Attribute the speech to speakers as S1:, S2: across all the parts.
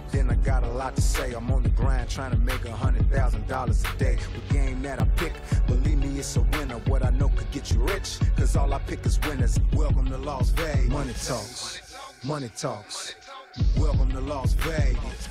S1: then I got a lot to say. I'm on the grind trying to make a hundred thousand dollars a day. The game that I pick, believe me, it's a winner. What I know could get you rich, cause all I pick is winners. Welcome to Las Vegas. Money talks, money talks. Welcome to Las Vegas.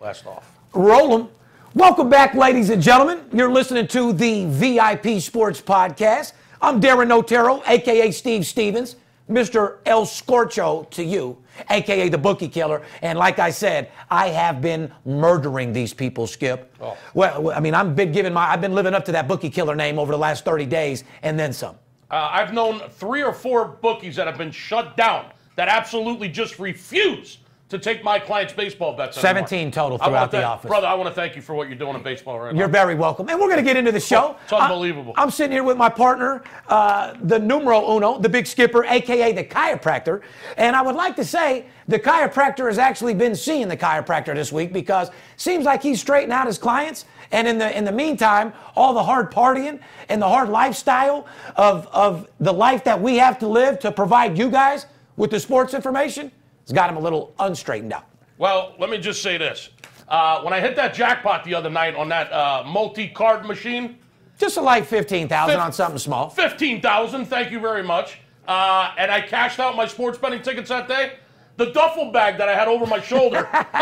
S2: Last off.
S3: Roll 'em. Welcome back, ladies and gentlemen. You're listening to the VIP Sports Podcast. I'm Darren Otero, aka Steve Stevens, Mr. El Scorcho to you, aka the Bookie Killer. And like I said, I have been murdering these people, Skip.
S2: Oh.
S3: Well, I mean, I've been giving my, I've been living up to that Bookie Killer name over the last 30 days and then some.
S2: Uh, I've known three or four bookies that have been shut down that absolutely just refuse to take my clients' baseball bets. anymore.
S3: 17 total
S2: I want
S3: throughout the
S2: that-
S3: office.
S2: Brother, I want to thank you for what you're doing in baseball right
S3: You're
S2: now.
S3: very welcome. And we're going to get into the show.
S2: it's unbelievable.
S3: I, am sitting here with my partner, uh, the numero uno, the big skipper, AKA the chiropractor. And I would like to say the chiropractor has actually been seeing the chiropractor this week because seems like he's straightened out his clients. And in the in the meantime, all the hard partying and the hard lifestyle of, of the life that we have to live to provide you guys with the sports information has got him a little unstraightened out.
S2: Well, let me just say this. Uh, when I hit that jackpot the other night on that uh, multi card machine,
S3: Just a light 15,000
S2: Fif-
S3: on something small.
S2: 15,000, thank you very much. Uh, and I cashed out my sports betting tickets that day. The duffel bag that I had over my shoulder,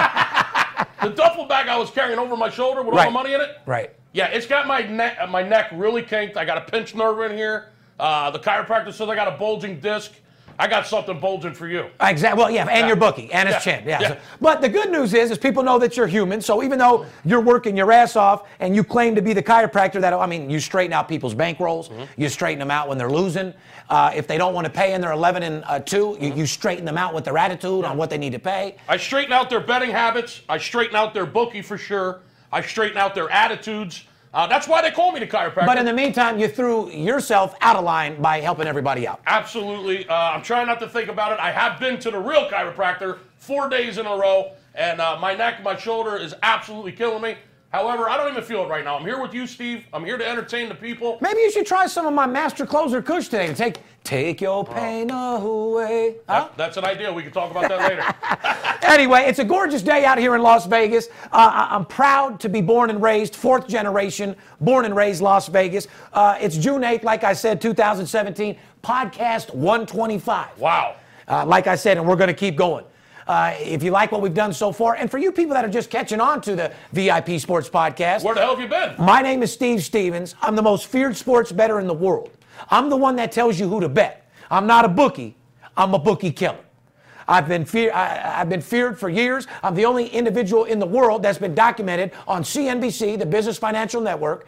S2: the duffel bag I was carrying over my shoulder with all
S3: Right.
S2: the money in it,
S3: Right.
S2: Yeah, it's got my neck uh, my neck really kinked. I got a pinched nerve in here. Uh, the chiropractor says I got a bulging disc. I got something bulging for you.
S3: Exactly. Well, yeah, and your bookie, and his
S2: Yeah.
S3: chin. Yeah.
S2: Yeah.
S3: So- but the good news is, is people know that you're human. So even though you're working your ass off and you claim to be the chiropractor, that I mean, you straighten out people's bankrolls.
S2: Mm-hmm.
S3: You straighten them out when they're losing. Uh, if they don't want to pay and they're 11 and uh, 2,
S2: Mm-hmm.
S3: you, you straighten them out with their attitude on what they need to pay.
S2: I straighten out their betting habits. I straighten out their bookie for sure. I straighten out their attitudes. Uh, that's why they call me the chiropractor.
S3: But in the meantime, you threw yourself out of line by helping everybody out.
S2: Absolutely. Uh, I'm trying not to think about it. I have been to the real chiropractor four days in a row, and uh, my neck, my shoulder is absolutely killing me. However, I don't even feel it right now. I'm here with you, Steve. I'm here to entertain the people.
S3: Maybe you should try some of my master closer kush today and take take your pain away. Huh?
S2: That- that's an idea. We can talk about that later.
S3: Anyway, it's a gorgeous day out here in Las Vegas. Uh, I- I'm proud to be born and raised, fourth generation, born and raised Las Vegas. Uh, it's June 8th, like I said, 2017, podcast 125.
S2: Wow.
S3: Uh, like I said, and we're going to keep going. Uh, if you like what we've done so far, and for you people that are just catching on to the VIP Sports Podcast,
S2: Where the hell have you been?
S3: my name is Steve Stevens. I'm the most feared sports bettor in the world. I'm the one that tells you who to bet. I'm not a bookie. I'm a bookie killer. I've been, fear, I, I've been feared for years. I'm the only individual in the world that's been documented on CNBC, the Business Financial Network,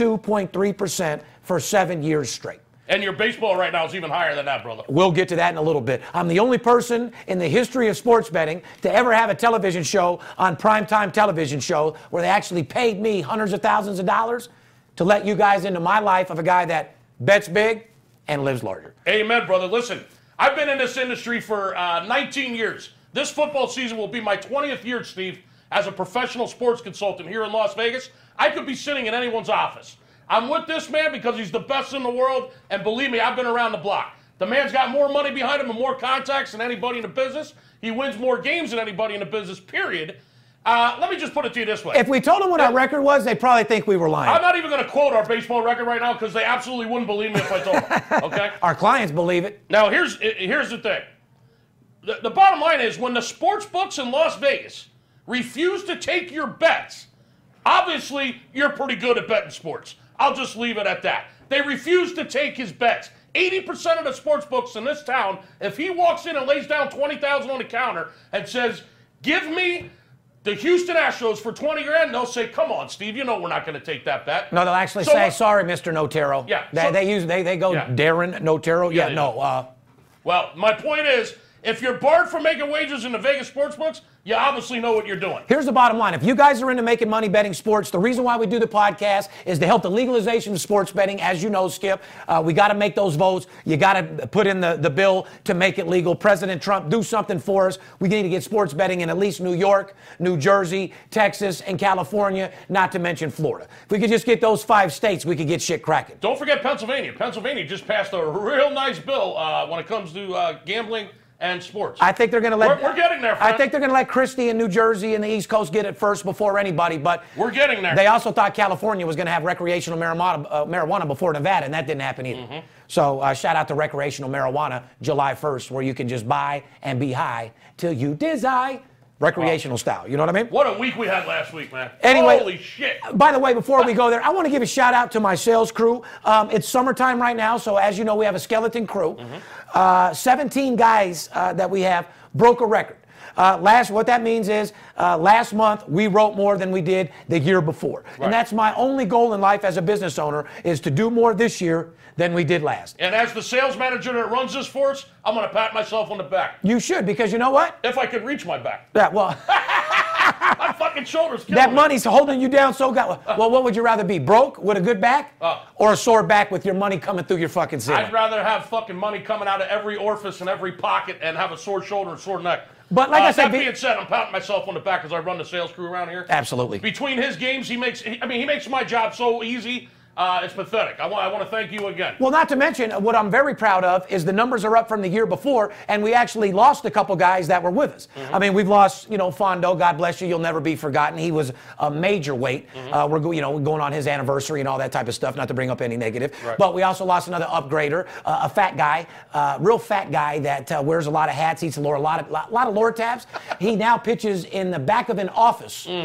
S3: 72.3% for seven years straight.
S2: And your baseball right now is even higher than that, brother.
S3: We'll get to that in a little bit. I'm the only person in the history of sports betting to ever have a television show on primetime television show where they actually paid me hundreds of thousands of dollars to let you guys into my life of a guy that bets big and lives larger.
S2: Amen, brother. Listen, I've been in this industry for uh, 19 years. This football season will be my 20th year, Steve, as a professional sports consultant here in Las Vegas. I could be sitting in anyone's office. I'm with this man because he's the best in the world, and believe me, I've been around the block. The man's got more money behind him and more contacts than anybody in the business. He wins more games than anybody in the business, period. Uh, let me just put it to you this way.
S3: If we told them what our record was, they'd probably think we were
S2: I'm
S3: lying.
S2: not even going to quote our baseball record right now because they absolutely wouldn't believe me if I told them. Okay.
S3: Our clients believe it.
S2: Now here's i- here's the thing. The, the bottom line is when the sports books in Las Vegas refuse to take your bets, obviously you're pretty good at betting sports. I'll just leave it at that. They refuse to take his bets. 80% of the sports books in this town, if he walks in and lays down 20,000 on the counter and says, "Give me the Houston Astros for 20 grand," they'll say, "Come on, Steve, you know we're not going to take that bet."
S3: No, they'll actually
S2: So
S3: say,
S2: what-
S3: sorry, Mr. Notero.
S2: Yeah,
S3: They,
S2: so-
S3: they use they, they go
S2: Yeah.
S3: Darren Notero. Yeah,
S2: they
S3: no. Uh,
S2: Well, my point is, If you're barred from making wagers in the Vegas sports books, you obviously know what you're doing.
S3: Here's the bottom line. If you guys are into making money betting sports, the reason why we do the podcast is to help the legalization of sports betting. As you know, Skip, uh, we got to make those votes. You got to put in the, the bill to make it legal. President Trump, do something for us. We need to get sports betting in at least New York, New Jersey, Texas, and California, not to mention Florida. If we could just get those five states, we could get shit cracking.
S2: Don't forget Pennsylvania. Pennsylvania just passed a real nice bill uh, when it comes to uh, gambling and sports.
S3: I think they're going to let.
S2: We're- we're getting there, friend.
S3: I think they're going to let Christie in New Jersey and the East Coast get it first before anybody. But
S2: We're getting there.
S3: They also thought California was going to have recreational marijuana, uh, marijuana before Nevada, and that didn't happen either.
S2: Mm-hmm.
S3: So uh, shout out to recreational marijuana, July 1st, where you can just buy and be high till you dizzy, recreational style. You know what I mean?
S2: what a week we had last week, man.
S3: Anyway-
S2: Holy shit.
S3: By the way, before we go there, I want to give a shout out to my sales crew. Um, it's summertime right now, so as you know, we have a skeleton crew.
S2: Mm-hmm.
S3: Uh, 17 guys uh, that we have broke a record. Uh, last, what that means is, uh, last month we wrote more than we did the year before,
S2: Right.
S3: and that's my only goal in life as a business owner is to do more this year than we did last.
S2: And as the sales manager that runs this for us, I'm going to pat myself on the back.
S3: You should, because you know what?
S2: If I could reach my back.
S3: That well,
S2: My fucking shoulder's killing
S3: that
S2: me.
S3: money's holding you down so god. Well, what would you rather be broke with a good back,
S2: Uh.
S3: or a sore back with your money coming through your fucking ceiling?
S2: I'd rather have fucking money coming out of every orifice and every pocket and have a sore shoulder and sore neck. Uh,
S3: But like I said,
S2: that
S3: be-
S2: being said, I'm patting myself on the back as I run the sales crew around here.
S3: Absolutely.
S2: Between his games, he makes. he- I mean, he makes my job so easy. Uh, it's pathetic. I want. I want to thank you again.
S3: Well, not to mention, what I'm very proud of is the numbers are up from the year before, and we actually lost a couple guys that were with us. I mean, we've lost, you know, Fondo, God bless you, you'll never be forgotten. He was a major weight. Uh, we're, go- you know, going on his anniversary and all that type of stuff, not to bring up any negative.
S2: Right.
S3: But we also lost another upgrader, uh, a fat guy, uh, real fat guy that uh, wears a lot of hats, eats a lot, a lot of, lot, lot of lore tabs. he now pitches in the back of an office uh,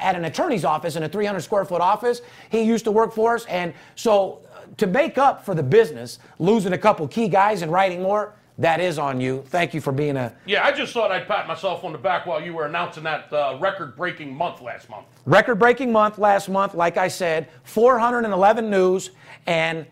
S3: at an attorney's office, in a 300 square foot office. He used to work for us, and so to make up for the business, losing a couple key guys and writing more, that is on you. Thank you for being a
S2: Yeah, I just thought I'd pat myself on the back while you were announcing that uh, record-breaking month last month.
S3: record breaking month last month. Like I said, 411 news and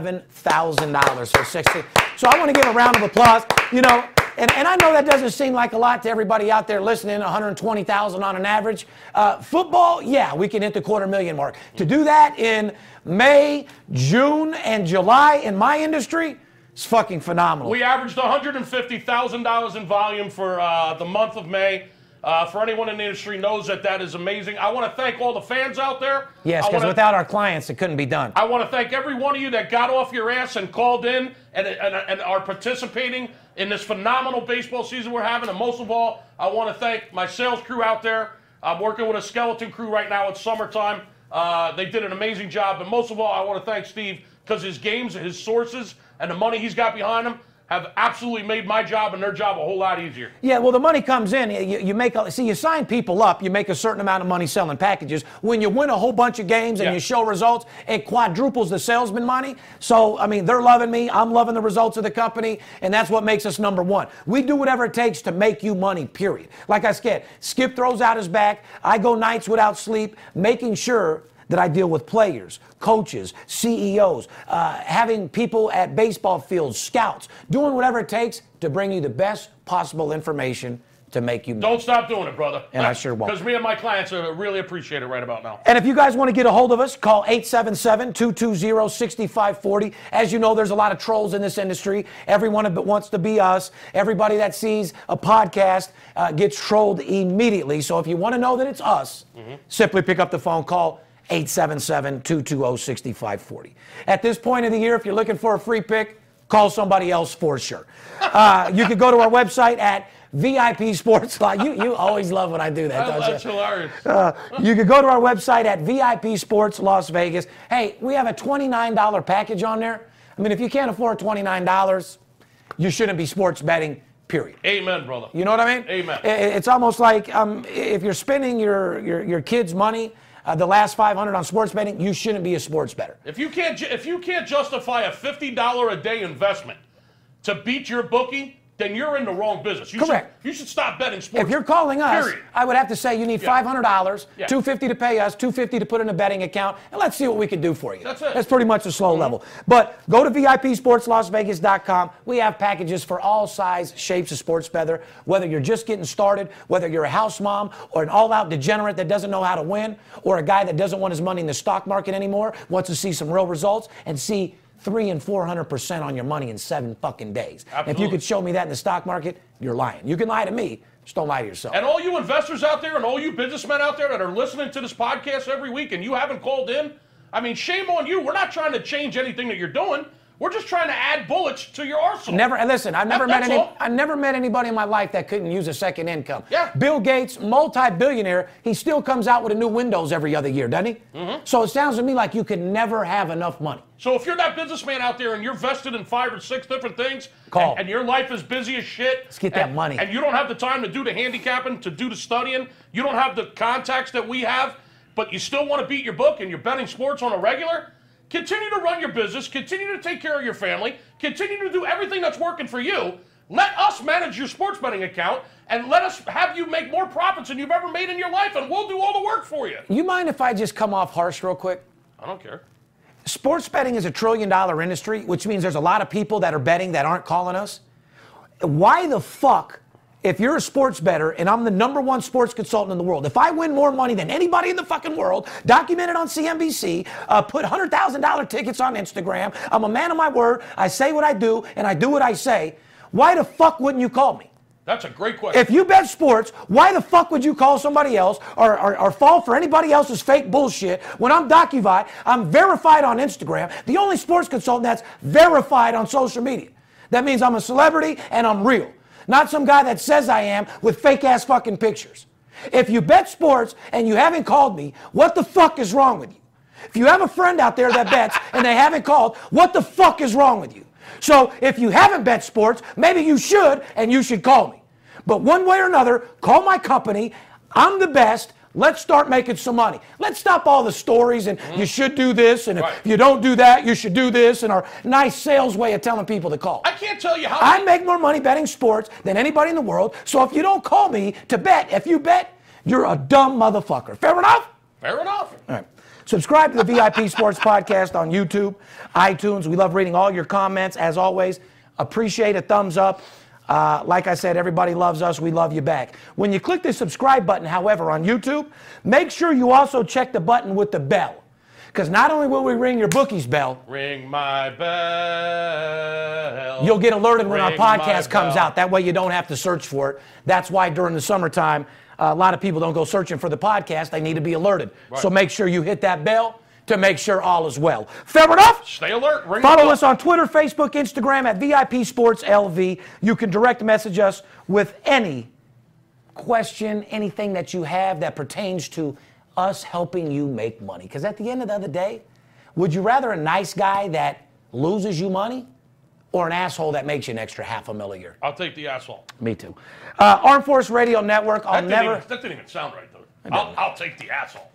S3: $611,000. So, 60. so I want to give a round of applause. You know, and, and I know that doesn't seem like a lot to everybody out there listening, 120,000 on an average. Uh, football, yeah, we can hit the quarter million mark. To do that in May, June, and July in my industry, it's fucking phenomenal.
S2: We averaged $150,000 in volume for uh, the month of May. Uh, for anyone in the industry knows that that is amazing. I want to thank all the fans out there.
S3: yes,
S2: I
S3: because
S2: wanna-
S3: without our clients, it couldn't be done.
S2: I want to thank every one of you that got off your ass and called in and, and, and are participating in this phenomenal baseball season we're having. And most of all, I want to thank my sales crew out there. I'm working with a skeleton crew right now. It's summertime. Uh, they did an amazing job. And most of all, I want to thank Steve because his games, his sources, and the money he's got behind him have absolutely made my job and their job a whole lot easier.
S3: Yeah, well, the money comes in. You, you make a, see, you sign people up. You make a certain amount of money selling packages. When you win a whole bunch of games and
S2: Yeah.
S3: you show results, it quadruples the salesman money. So, I mean, they're loving me. I'm loving the results of the company, and that's what makes us number one. We do whatever it takes to make you money. Period. Like I said, Skip throws out his back. I go nights without sleep, making sure that I deal with players, coaches, CEOs, uh, having people at baseball fields, scouts, doing whatever it takes to bring you the best possible information to make you.
S2: Don't stop doing it, brother.
S3: And I sure won't.
S2: Because me and my clients are really appreciate it right about now.
S3: And if you guys want to get a hold of us, call 877 220 6540. As you know, there's a lot of trolls in this industry. Everyone ab- wants to be us. Everybody that sees a podcast uh, gets trolled immediately. So if you want to know that it's us, simply pick up the phone, call 877 220 6540. At this point of the year, if you're looking for a free pick, call somebody else for sure. Uh, you can go to our website at VIP Sports Live. You, you always love when I do that, don't you?
S2: That's hilarious.
S3: Uh, you can go to our website at VIP Sports Las Vegas. Hey, we have a $29 package on there. I mean, if you can't afford $29, you shouldn't be sports betting, period.
S2: Amen, brother.
S3: You know what I mean?
S2: Amen.
S3: I- I- It's almost like um, i- if you're spending your, your, your kids' money, uh, the last 500 on sports betting, you shouldn't be a sports better.
S2: If you can't ju- if you can't justify a fifty dollar a day investment to beat your bookie, then you're in the wrong business. You
S3: Correct.
S2: Should, you should stop betting sports.
S3: If you're calling us,
S2: Period.
S3: I would have to say you need
S2: Yeah.
S3: $500,
S2: Yeah.
S3: 250 to pay us, 250 to put in a betting account, and let's see what we can do for you.
S2: That's it. Mm-hmm.
S3: pretty much a slow level. But go to VIPSportsLasVegas.com. We have packages for all size, shapes of sports bettor, whether you're just getting started, whether you're a house mom or an all-out degenerate that doesn't know how to win, or a guy that doesn't want his money in the stock market anymore, wants to see some real results and see three and four hundred percent on your money in seven fucking days. If you
S2: Absolutely.
S3: could show me that in the stock market, you're lying. You can lie to me, just don't lie to yourself.
S2: And all you investors out there and all you businessmen out there that are listening to this podcast every week and you haven't called in, I mean, shame on you. We're not trying to change anything that you're doing. We're just trying to add bullets to your arsenal.
S3: Never and listen. I've never met
S2: That- that's
S3: any.
S2: all.
S3: I've never met anybody in my life that couldn't use a second income.
S2: Yeah.
S3: Bill Gates, multi-billionaire, he still comes out with a new Windows every other year, doesn't he? Mm-hmm. So it sounds to me like you could never have enough money.
S2: So if you're that businessman out there and you're vested in five or six different things,
S3: Call.
S2: And, and your life is busy as shit, let's
S3: get that money.
S2: And you don't have the time to do the handicapping, to do the studying. You don't have the contacts that we have, but you still want to beat your book and you're betting sports on a regular. Continue to run your business. Continue to take care of your family. Continue to do everything that's working for you. Let us manage your sports betting account and let us have you make more profits than you've ever made in your life, and we'll do all the work for you.
S3: You mind if I just come off harsh real quick?
S2: I don't care.
S3: Sports betting is a trillion dollar industry, which means there's a lot of people that are betting that aren't calling us. Why the fuck, if you're a sports bettor and I'm the number one sports consultant in the world, if I win more money than anybody in the fucking world, documented on CNBC, uh, put $100,000 tickets on Instagram, I'm a man of my word, I say what I do, and I do what I say, why the fuck wouldn't you call me?
S2: That's a great question.
S3: If you bet sports, why the fuck would you call somebody else or, or, or fall for anybody else's fake bullshit when I'm DocuVite, I'm verified on Instagram, the only sports consultant that's verified on social media. That means I'm a celebrity and I'm real, not some guy that says I am with fake ass fucking pictures. If you bet sports and you haven't called me, what the fuck is wrong with you? If you have a friend out there that bets and they haven't called, what the fuck is wrong with you? So if you haven't bet sports, maybe you should and you should call me. But one way or another, call my company. I'm the best. Let's start making some money. Let's stop all the stories and you should do this and
S2: Mm-hmm. Right.
S3: if you don't do that, you should do this and our nice sales way of telling people to call.
S2: I can't tell you how
S3: I make more money betting sports than anybody in the world. So if you don't call me to bet, if you bet, you're a dumb motherfucker. Fair enough?
S2: Fair enough.
S3: All right. Subscribe to the VIP Sports Podcast on YouTube, iTunes. We love reading all your comments. As always, appreciate a thumbs up. Uh, like I said, everybody loves us. We love you back. When you click the subscribe button, however, on YouTube, make sure you also check the button with the bell. Because not only will we ring your bookies bell,
S2: Ring my bell.
S3: You'll get alerted when our
S2: Ring my
S3: podcast comes
S2: bell.
S3: out. That way you don't have to search for it. That's why during the summertime, uh, a lot of people don't go searching for the podcast. They need to be alerted. So make sure you hit that bell to make sure all is well. Fair enough?
S2: Stay alert. Ring the
S3: Follow
S2: bell.
S3: us on Twitter, Facebook, Instagram at VIP Sports LV. You can direct message us with any question, anything that you have that pertains to us helping you make money. Because at the end of the other day, would you rather a nice guy that loses you money or an asshole that makes you an extra half a mil a year?
S2: I'll take the asshole.
S3: Me too. Uh, Armed Force Radio Network. I'll
S2: That, didn't
S3: never.
S2: even, that didn't even sound right, though. I'll, I'll take the asshole.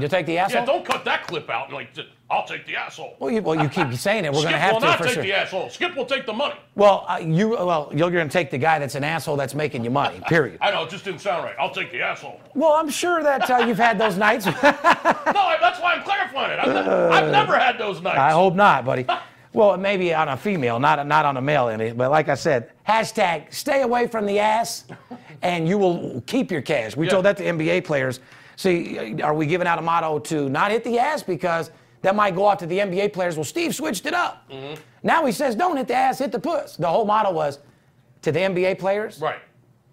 S3: you take the asshole.
S2: Yeah, don't cut that clip out. And like, just, I'll take the asshole.
S3: well, you, well, you keep saying it. We're going
S2: Skip
S3: to have
S2: will
S3: to
S2: not
S3: for
S2: take
S3: sure.
S2: the asshole. Skip will take the money.
S3: well, uh, you well, you're going to take the guy that's an asshole that's making you money. Period.
S2: I know, it just didn't sound right. I'll take the asshole.
S3: Well, I'm sure that uh, you've had those nights.
S2: no, I, that's why I'm clarifying it. I've, ne- I've never had those nights.
S3: I hope not, buddy. Well, maybe on a female, not not on a male. any- But like I said, hashtag stay away from the ass, and you will keep your cash. We
S2: Yeah.
S3: told that to NBA players. See, are we giving out a motto to not hit the ass because that might go out to the NBA players? Well, Steve switched it up. Now he says, don't hit the ass, hit the puss. The whole motto was to the NBA players,
S2: Right.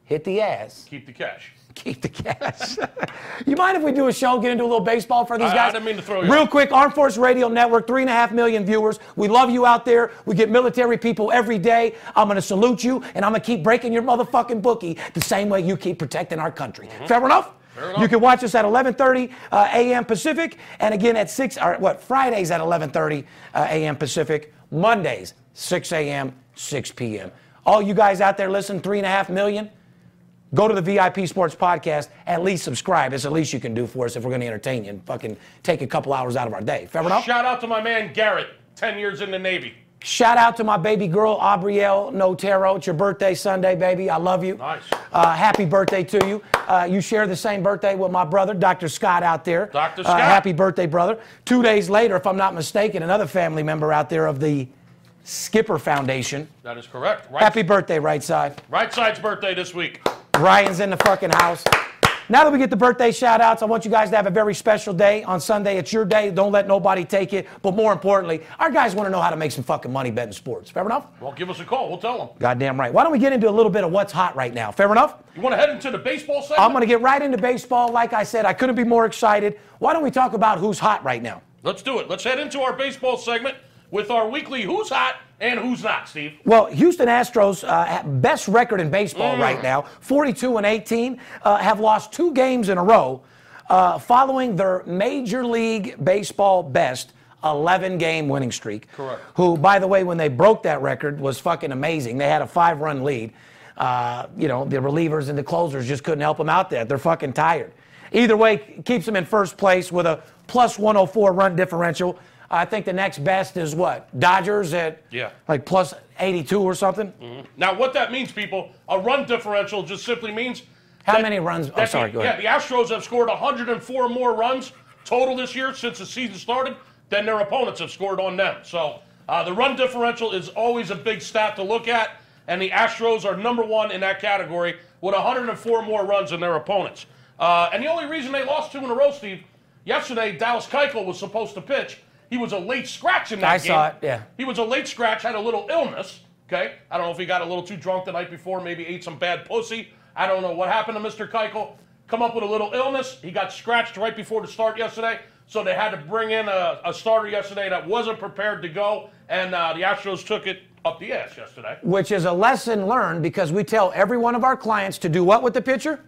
S3: hit the ass,
S2: Keep the cash.
S3: keep the cash. you mind if we do a show, get into a little baseball for these
S2: I- I
S3: guys?
S2: didn't mean to throw you
S3: Real
S2: off.
S3: quick, Armed Force Radio Network, three and a half million viewers. We love you out there. We get military people every day. I'm gonna salute you, and I'm gonna keep breaking your motherfucking bookie the same way you keep protecting our country. Fair enough?
S2: Mm-hmm. enough.
S3: You can watch us at 11:30 uh, a.m. Pacific, and again at six. Or what? Fridays at 11:30 uh, a.m. Pacific. Mondays 6 a.m. 6 p.m. All you guys out there, listen, three and a half million go to the VIP Sports Podcast, at least subscribe. It's the least you can do for us if we're going to entertain you and fucking take a couple hours out of our day. Fair enough?
S2: Shout out to my man Garrett, 10 years in the Navy.
S3: Shout out to my baby girl, Aubrielle Notero. It's your birthday Sunday, baby. I love you.
S2: Nice.
S3: Uh, happy birthday to you. Uh, you share the same birthday with my brother, Dr. Scott, out there.
S2: Dr.
S3: Uh,
S2: Scott.
S3: happy birthday, brother. Two days later, if I'm not mistaken, another family member out there of the Skipper Foundation.
S2: That is correct. Right,
S3: Happy birthday, right side.
S2: right side's birthday this week.
S3: Ryan's in the fucking house. Now that we get the birthday shout outs, I want you guys to have a very special day on Sunday. It's your day. Don't let nobody take it. But more importantly, our guys want to know how to make some fucking money betting sports. Fair enough?
S2: Well, give us a call. We'll tell them.
S3: Goddamn right. Why don't we get into a little bit of what's hot right now? Fair enough?
S2: You want to head into the baseball segment?
S3: I'm going to get right into baseball. Like I said, I couldn't be more excited. Why don't we talk about who's hot right now?
S2: Let's do it. Let's head into our baseball segment with our weekly Who's Hot and Who's Not, Steve.
S3: Well, Houston Astros uh, ha- best record in baseball right now, 42 and 18, uh, have lost two games in a row, uh, following their Major League Baseball best 11 game winning streak.
S2: Correct.
S3: Who, by the way, when they broke that record, was fucking amazing. They had a five run lead. Uh, you know, the relievers and the closers just couldn't help them out there. They're fucking tired. Either way, keeps them in first place with a plus 104 run differential. I think the next best is what? Dodgers at
S2: Yeah. Mm.
S3: like plus 82 or something.
S2: Now, what that means, people, a run differential just simply means.
S3: How
S2: that-
S3: many runs- I'm
S2: that
S3: Oh, sorry,
S2: the,
S3: go
S2: yeah,
S3: ahead.
S2: the Astros have scored 104 more runs total this year since the season started than their opponents have scored on them. So uh, the run differential is always a big stat to look at, and the Astros are number one in that category with 104 more runs than their opponents. Uh, and the only reason they lost two in a row, Steve, yesterday Dallas Keuchel was supposed to pitch. He was a late scratch in that
S3: I
S2: game.
S3: saw it, yeah.
S2: He was a late scratch, had a little illness. Okay, I don't know if he got a little too drunk the night before, maybe ate some bad pussy. I don't know what happened to Mr. Keuchel. Come up with a little illness. He got scratched right before the start yesterday, so they had to bring in a, a starter yesterday that wasn't prepared to go, and uh, the Astros took it up the ass yesterday.
S3: Which is a lesson learned because we tell every one of our clients to do what with the pitcher?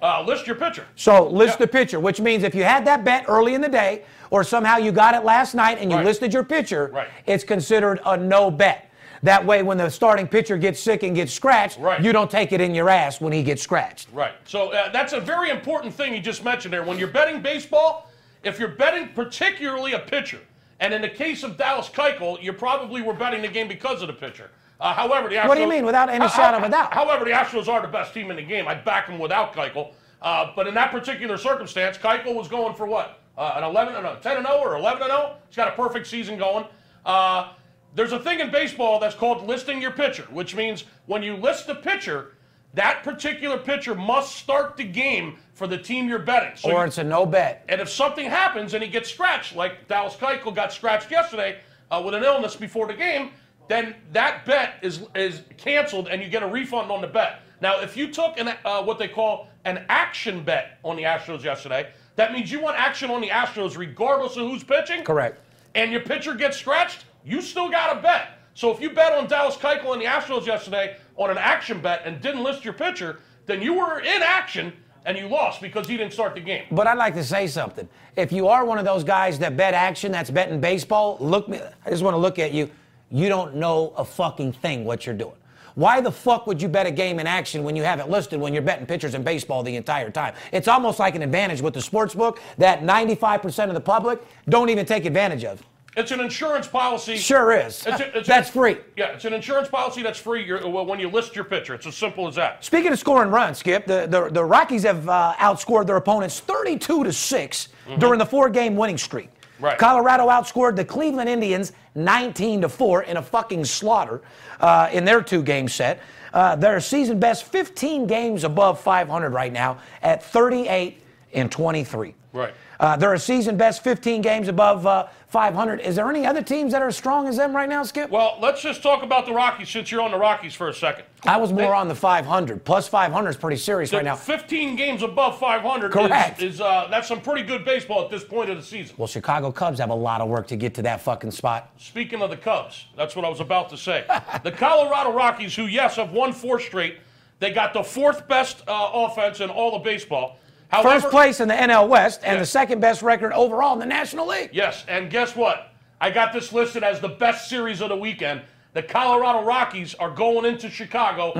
S2: Uh, list your pitcher.
S3: So list the
S2: Yeah.
S3: pitcher, which means if you had that bet early in the day or somehow you got it last night and you
S2: Right.
S3: listed your pitcher,
S2: Right.
S3: it's considered a no bet. That way, when the starting pitcher gets sick and gets scratched,
S2: Right.
S3: you don't take it in your ass when he gets scratched.
S2: Right. So uh, that's a very important thing you just mentioned there. When you're betting baseball, if you're betting particularly a pitcher, and in the case of Dallas Keuchel, you probably were betting the game because of the pitcher. Uh, however, the Astros,
S3: What do you mean, without any
S2: How-
S3: shadow of
S2: how-
S3: a doubt?
S2: However, the Astros are the best team in the game. I back them without Keuchel. Uh, but in that particular circumstance, Keuchel was going for what? Uh, an 11 and a 10 and 0 or 11 and 0. He's got a perfect season going. Uh, there's a thing in baseball that's called listing your pitcher, which means when you list the pitcher, that particular pitcher must start the game for the team you're betting. So
S3: Or
S2: you-
S3: it's a no bet.
S2: and if something happens and he gets scratched, like Dallas Keuchel got scratched yesterday uh, with an illness before the game, then that bet is is canceled and you get a refund on the bet. Now, if you took an uh, what they call an action bet on the Astros yesterday, that means you want action on the Astros regardless of who's pitching.
S3: Correct.
S2: And your pitcher gets scratched, you still got a bet. So if you bet on Dallas Keuchel and the Astros yesterday on an action bet and didn't list your pitcher, then you were in action and you lost because he didn't start the game.
S3: But I'd like to say something. If you are one of those guys that bet action, that's betting baseball, look me. I just want to look at you. You don't know a fucking thing what you're doing. Why the fuck would you bet a game in action when you have it listed when you're betting pitchers in baseball the entire time? It's almost like an advantage with the sports book that 95% of the public don't even take advantage of.
S2: It's an insurance policy.
S3: Sure is.
S2: It's a- it's a-
S3: that's free.
S2: Yeah, it's an insurance policy that's free you're, well, when you list your pitcher. It's as simple as that.
S3: Speaking of scoring runs, Skip, the, the, the Rockies have uh, outscored their opponents 32 to 6 during the four game winning streak.
S2: Mm-hmm. Right.
S3: Colorado outscored the Cleveland Indians 19 to 4 in a fucking slaughter uh, in their two game set. Uh, their season best 15 games above 500 right now at 38 and 23.
S2: Right.
S3: Uh, they're a season best 15 games above uh, 500. Is there any other teams that are as strong as them right now, Skip?
S2: Well, let's just talk about the Rockies since you're on the Rockies for a second.
S3: I was more on the 500. Plus 500 is pretty serious right now.
S2: 15 games above 500
S3: Correct.
S2: is, is uh, that's some pretty good baseball at this point of the season.
S3: Well, Chicago Cubs have a lot of work to get to that fucking spot.
S2: Speaking of the Cubs, that's what I was about to say. the Colorado Rockies, who, yes, have won four straight, they got the fourth best uh, offense in all of baseball. However,
S3: First place in the NL West and
S2: Yeah.
S3: the second best record overall in the National League.
S2: Yes, and guess what? I got this listed as the best series of the weekend. The Colorado Rockies are going into Chicago,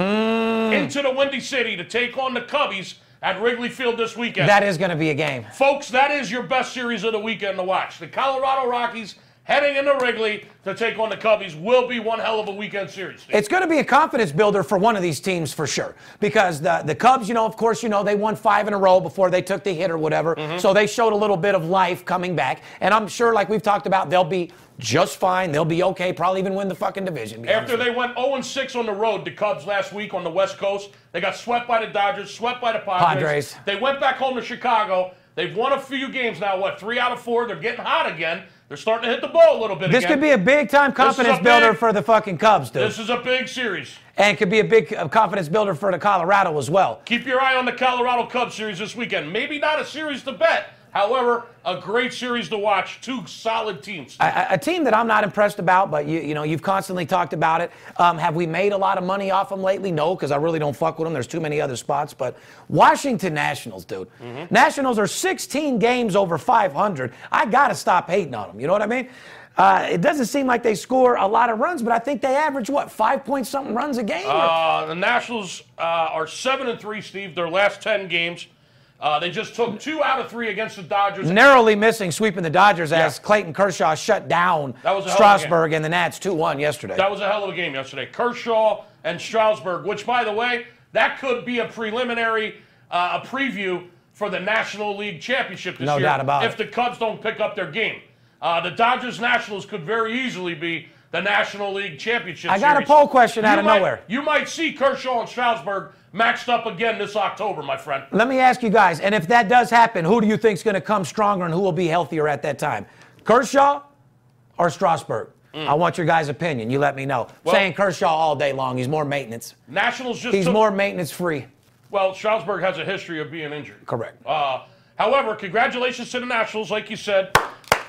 S2: into the Windy City to take on the Cubbies at Wrigley Field this weekend.
S3: That is going to be a game.
S2: Folks, that is your best series of the weekend to watch. The Colorado Rockies heading into Wrigley to take on the Cubbies will be one hell of a weekend series. Steve.
S3: It's going to be a confidence builder for one of these teams for sure. Because the, the Cubs, you know, of course, you know, they won five in a row before they took the hit or whatever.
S2: Mm-hmm.
S3: So they showed a little bit of life coming back. And I'm sure, like we've talked about, they'll be just fine. They'll be okay. Probably even win the fucking division. to be honest
S2: After they went 0 6 on the road, the Cubs last week on the West Coast, they got swept by the Dodgers, swept by the Padres.
S3: Padres.
S2: They went back home to Chicago. They've won a few games now. What three out of four? They're getting hot again. They're starting to hit the ball a little bit.
S3: This
S2: again.
S3: could be a big time
S2: is a
S3: confidence builder
S2: big-
S3: for the fucking Cubs, dude.
S2: This is a big series.
S3: and it could be a big uh, confidence builder for the Colorado as well.
S2: Keep your eye on the Colorado Cubs series this weekend. Maybe not a series to bet, however, a great series to watch. Two solid teams.
S3: A- A, a team that I'm not impressed about, but you, you know, you've constantly talked about it. Um, have we made a lot of money off them lately? No, because I really don't fuck with them. There's too many other spots. But Washington Nationals, dude.
S2: Mm-hmm.
S3: Nationals are 16 games over 500. I gotta stop hating on them. You know what I mean? Uh, it doesn't seem like they score a lot of runs, but I think they average what five point something runs a game. or-
S2: Uh, the Nationals uh, are seven and three, Steve. Their last ten games, uh, they just took two out of three against the Dodgers.
S3: narrowly missing sweeping the Dodgers as
S2: Yeah.
S3: Clayton Kershaw shut down
S2: That was a hell of a
S3: Strasburg and the Nats 2 1 yesterday.
S2: That was a hell of a game yesterday. Kershaw and Stroudsburg, which, by the way, that could be a preliminary, uh, a preview for the National League Championship this
S3: No
S2: year.
S3: doubt about
S2: if
S3: it.
S2: the Cubs don't pick up their game, uh, the Dodgers Nationals could very easily be the National League Championship.
S3: I got a
S2: series.
S3: poll question out of
S2: might-
S3: nowhere.
S2: You might see Kershaw and Stroudsburg matched up again this October, my friend.
S3: Let me ask you guys, and if that does happen, who do you think's going to come stronger and who will be healthier at that time? Kershaw or Strasburg? I want your guys' opinion. You let me know. Saying Kershaw all day long. He's more maintenance.
S2: Nationals just
S3: He's
S2: took,
S3: more maintenance free.
S2: well. Stroudsburg has a history of being injured.
S3: Correct.
S2: Uh, however, congratulations to the Nationals, like you said.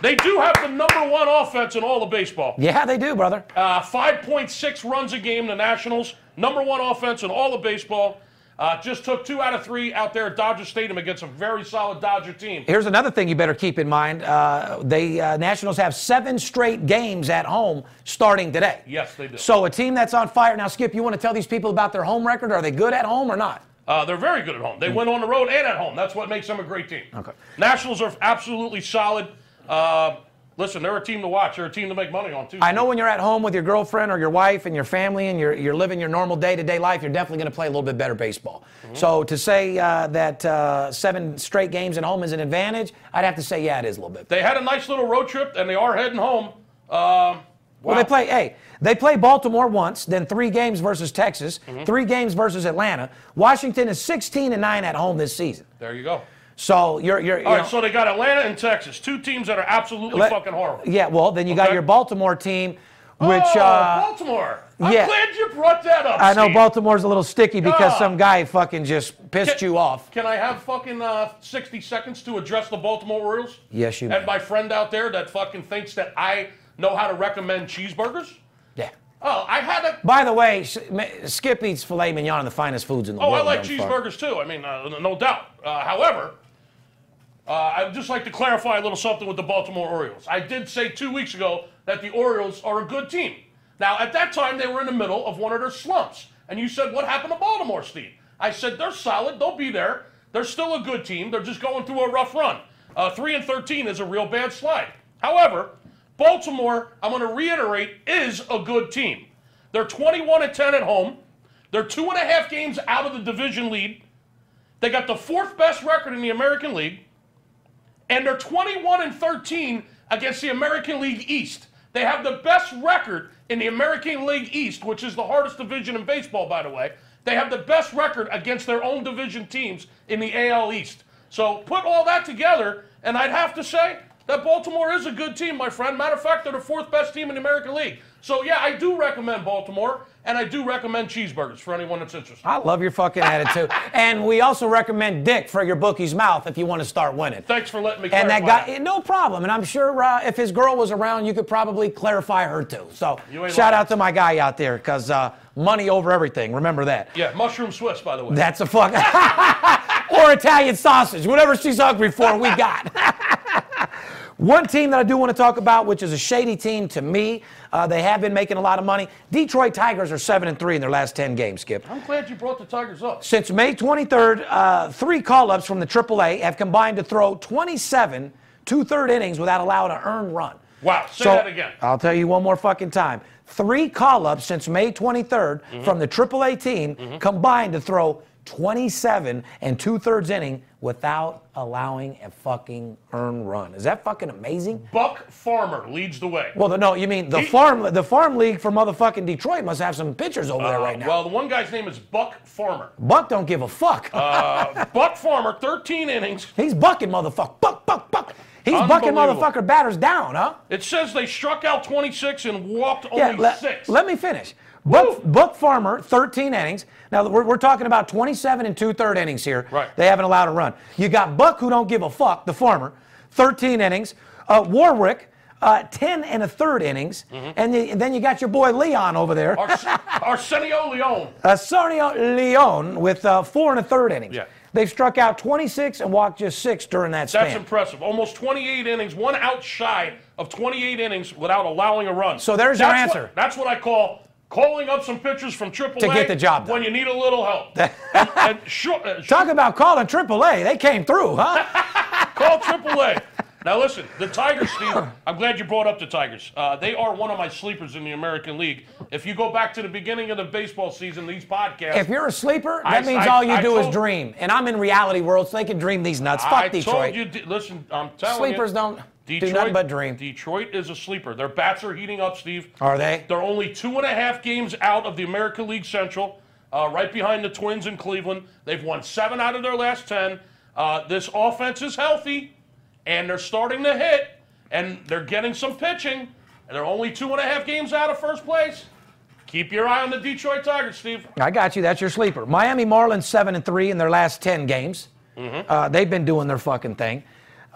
S2: They do have the number one offense in all of baseball.
S3: yeah, they do, brother.
S2: Uh, 5.6 runs a game, the Nationals. Number one offense in all of baseball. Uh, just took two out of three out there at Dodger Stadium against a very solid Dodger team.
S3: Here's another thing you better keep in mind. Uh, the uh, Nationals have seven straight games at home starting today.
S2: Yes, they do.
S3: So a team that's on fire. Now, Skip, you want to tell these people about their home record? Are they good at home or not?
S2: Uh, they're very good at home. They win on the road and at home. That's what makes them a great team.
S3: Mm. Okay.
S2: Nationals are absolutely solid. Uh, listen, they're a team to watch. They're a team to make money on, too.
S3: I know when you're at home with your girlfriend or your wife and your family and you're, you're living your normal day to day life, you're definitely going to play a little bit better baseball.
S2: Mm-hmm.
S3: So to say uh, that uh, seven straight games at home is an advantage, I'd have to say, yeah, it is a little bit.
S2: They had a nice little road trip, and they are heading home. Um,
S3: Well,
S2: wow.
S3: they play, hey, they play Baltimore once, then three games versus Texas,
S2: Mm-hmm.
S3: three games versus Atlanta. Washington is 16 and 9 at home this season.
S2: There you go.
S3: So you're, you're, you
S2: All right,
S3: know-
S2: Oh, so they got Atlanta and Texas, two teams that are absolutely
S3: Let-
S2: fucking horrible.
S3: yeah, well, then you got
S2: Okay.
S3: your Baltimore team, which.
S2: oh,
S3: uh,
S2: Baltimore. I'm
S3: yeah.
S2: glad you brought that up.
S3: I know
S2: Steve.
S3: Baltimore's a little sticky because
S2: Ah.
S3: some guy fucking just pissed you off.
S2: Can I have fucking uh, 60 seconds to address the Baltimore Orioles?
S3: Yes, you
S2: And
S3: may.
S2: my friend out there that fucking thinks that I know how to recommend cheeseburgers?
S3: Yeah.
S2: Oh, I had a.
S3: By the way, S- Ma- Skip eats filet mignon and the finest foods in the
S2: Oh,
S3: world.
S2: I like
S3: dumb fuck.
S2: cheeseburgers too. I mean, uh, no doubt. Uh, however, uh, I'd just like to clarify a little something with the Baltimore Orioles. I did say two weeks ago that the Orioles are a good team. Now, at that time, they were in the middle of one of their slumps. And you said, What happened to Baltimore, Steve? I said, They're solid. They'll be there. They're still a good team. They're just going through a rough run. Uh, 3 and 13 is a real bad slide. However, Baltimore, I'm going to reiterate, is a good team. They're 21 and 10 at home. They're two and a half games out of the division lead. They got the fourth best record in the American League, and they're 21 and 13 against the American League East. They have the best record in the American League East, which is the hardest division in baseball, by the way. They have the best record against their own division teams in the AL East. So put all that together, and I'd have to say that Baltimore is a good team, my friend. Matter of fact, they're the fourth best team in the American League. So yeah, I do recommend Baltimore, and I do recommend cheeseburgers for anyone that's interested.
S3: I love your fucking attitude. and we also recommend Dick for your bookie's mouth if you want to start winning.
S2: Thanks for letting me.
S3: and that
S2: clarify
S3: guy, no problem. And I'm sure uh, if his girl was around, you could probably clarify her too. So
S2: You ain't
S3: shout
S2: lying.
S3: out to my guy out there because uh, money over everything. Remember that.
S2: Yeah, mushroom Swiss, by the way.
S3: That's a fuck. or Italian sausage, whatever she's hungry for, we got. One team that I do want to talk about, which is a shady team to me, uh, they have been making a lot of money. Detroit Tigers are seven and three in their last ten games. Skip.
S2: I'm glad you brought the Tigers up.
S3: Since May 23rd, uh, three call-ups from the AAA have combined to throw 27 two-third innings without allowing an earned run.
S2: Wow, say
S3: So,
S2: that again.
S3: I'll tell you one more fucking time. Three call ups since May 23rd
S2: Mm-hmm.
S3: from the AAA team combined to throw 27 and two thirds inning without allowing a fucking earned run. Is that fucking amazing?
S2: Buck Farmer leads the way.
S3: Well, the, no, you mean the
S2: He-
S3: farm the farm league for motherfucking Detroit must have some pitchers over there
S2: Uh,
S3: right now.
S2: Well, the one guy's name is Buck Farmer.
S3: Buck don't give a fuck.
S2: Uh, Buck Farmer, 13 innings.
S3: He's bucking motherfucker. Buck, buck, buck. He's bucking
S2: Unbelievable.
S3: motherfucker batters down, huh?
S2: It says they struck out 26 and walked only
S3: le-
S2: six.
S3: Let me finish. Buck, Buck Farmer, 13 innings. Now, we're, we're talking about 27 and two third innings here.
S2: Right.
S3: They haven't allowed a run. You got Buck, who don't give a fuck, the farmer, 13 innings. Uh, Warwick, uh, 10 and a third innings.
S2: Mm-hmm.
S3: And, the- and then you got your boy Leon over there.
S2: Ars- Arsenio Leon.
S3: Osorio Leon with uh, four and a third innings.
S2: Yeah.
S3: They've struck out 26 and walked just six during that span.
S2: That's impressive. Almost 28 innings, one out shy of 28 innings without allowing a run.
S3: So there's your
S2: That's what-
S3: answer.
S2: that's what I call calling up some pitchers from AAA
S3: To get the job done.
S2: when you need a little help. and, and sure, uh,
S3: Talk about calling AAA. They came through, huh?
S2: Call AAA. Now listen, the Tigers, Steve. I'm glad you brought up the Tigers. Uh, they are one of my sleepers in the American League. If you go back to the beginning of the baseball season, these podcasts.
S3: if you're a sleeper,
S2: I-
S3: that means
S2: I-
S3: all you
S2: I
S3: do
S2: told-
S3: is dream. And I'm in reality world, so they can dream these nuts. Fuck
S2: I
S3: Detroit.
S2: told you. de- Listen, I'm telling
S3: Sleepers
S2: you.
S3: don't
S2: Detroit,
S3: do nothing but dream.
S2: Detroit is a sleeper. Their bats are heating up, Steve.
S3: Are they?
S2: They're only two and a half games out of the American League Central, uh, right behind the Twins in Cleveland. They've won seven out of their last ten. Uh, this offense is healthy, and they're starting to hit, and they're getting some pitching, and they're only two and a half games out of first place. Keep your eye on the Detroit Tigers, Steve.
S3: I got you. That's your sleeper. Miami Marlins seven and three in their last ten games.
S2: Mm-hmm.
S3: Uh, they've been doing their fucking thing.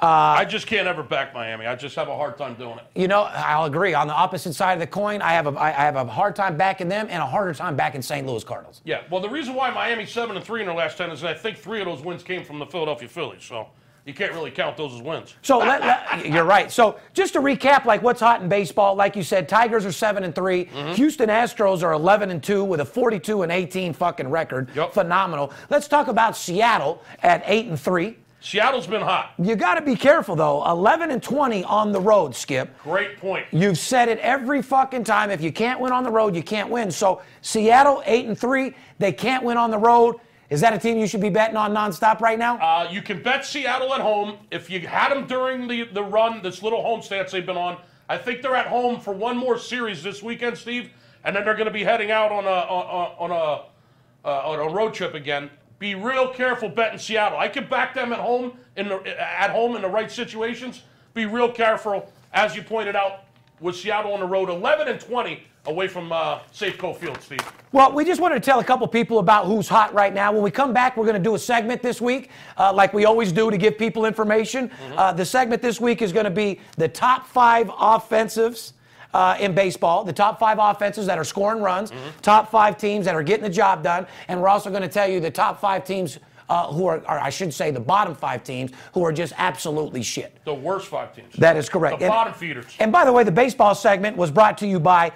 S2: I just can't ever back Miami. I just have a hard time doing it.
S3: You know, I'll agree. On the opposite side of the coin, I have a I I have a hard time backing them and a harder time backing St. Louis Cardinals.
S2: Yeah, well, the reason why Miami's seven and three in their last ten is that I think three of those wins came from the Philadelphia Phillies, so you can't really count those as wins.
S3: So let, let- you're right. So just to recap, like what's hot in baseball, like you said, Tigers are seven and 3 Houston Astros are eleven and two with a forty-two and eighteen fucking record.
S2: Yep.
S3: Phenomenal. Let's talk about Seattle at eight and three.
S2: Seattle's been hot.
S3: You got to be careful though. Eleven and twenty on the road, Skip.
S2: Great point.
S3: You've said it every fucking time. If you can't win on the road, you can't win. So Seattle eight and three. They can't win on the road. Is that a team you should be betting on nonstop right now?
S2: Uh, you can bet Seattle at home. If you had them during the, the run, this little home stance they've been on, I think they're at home for one more series this weekend, Steve, and then they're going to be heading out on a on, on a uh, on a road trip again. Be real careful betting Seattle. I could back them at home in the, at home in the right situations. Be real careful, as you pointed out, with Seattle on the road, 11 and 20 away from uh, Safeco Field, Steve.
S3: Well, we just wanted to tell a couple people about who's hot right now. When we come back, we're going to do a segment this week, uh, like we always do, to give people information.
S2: Mm-hmm.
S3: Uh, the segment this week is going to be the top five offensives. Uh, in baseball, the top five offenses that are scoring runs,
S2: Mm-hmm.
S3: top five teams that are getting the job done, and we're also going to tell you the top five teams uh, who are, or I should say, the bottom five teams who are just absolutely shit.
S2: The worst five teams.
S3: That is correct.
S2: The bottom feeders.
S3: And by the way, the baseball segment was brought to you by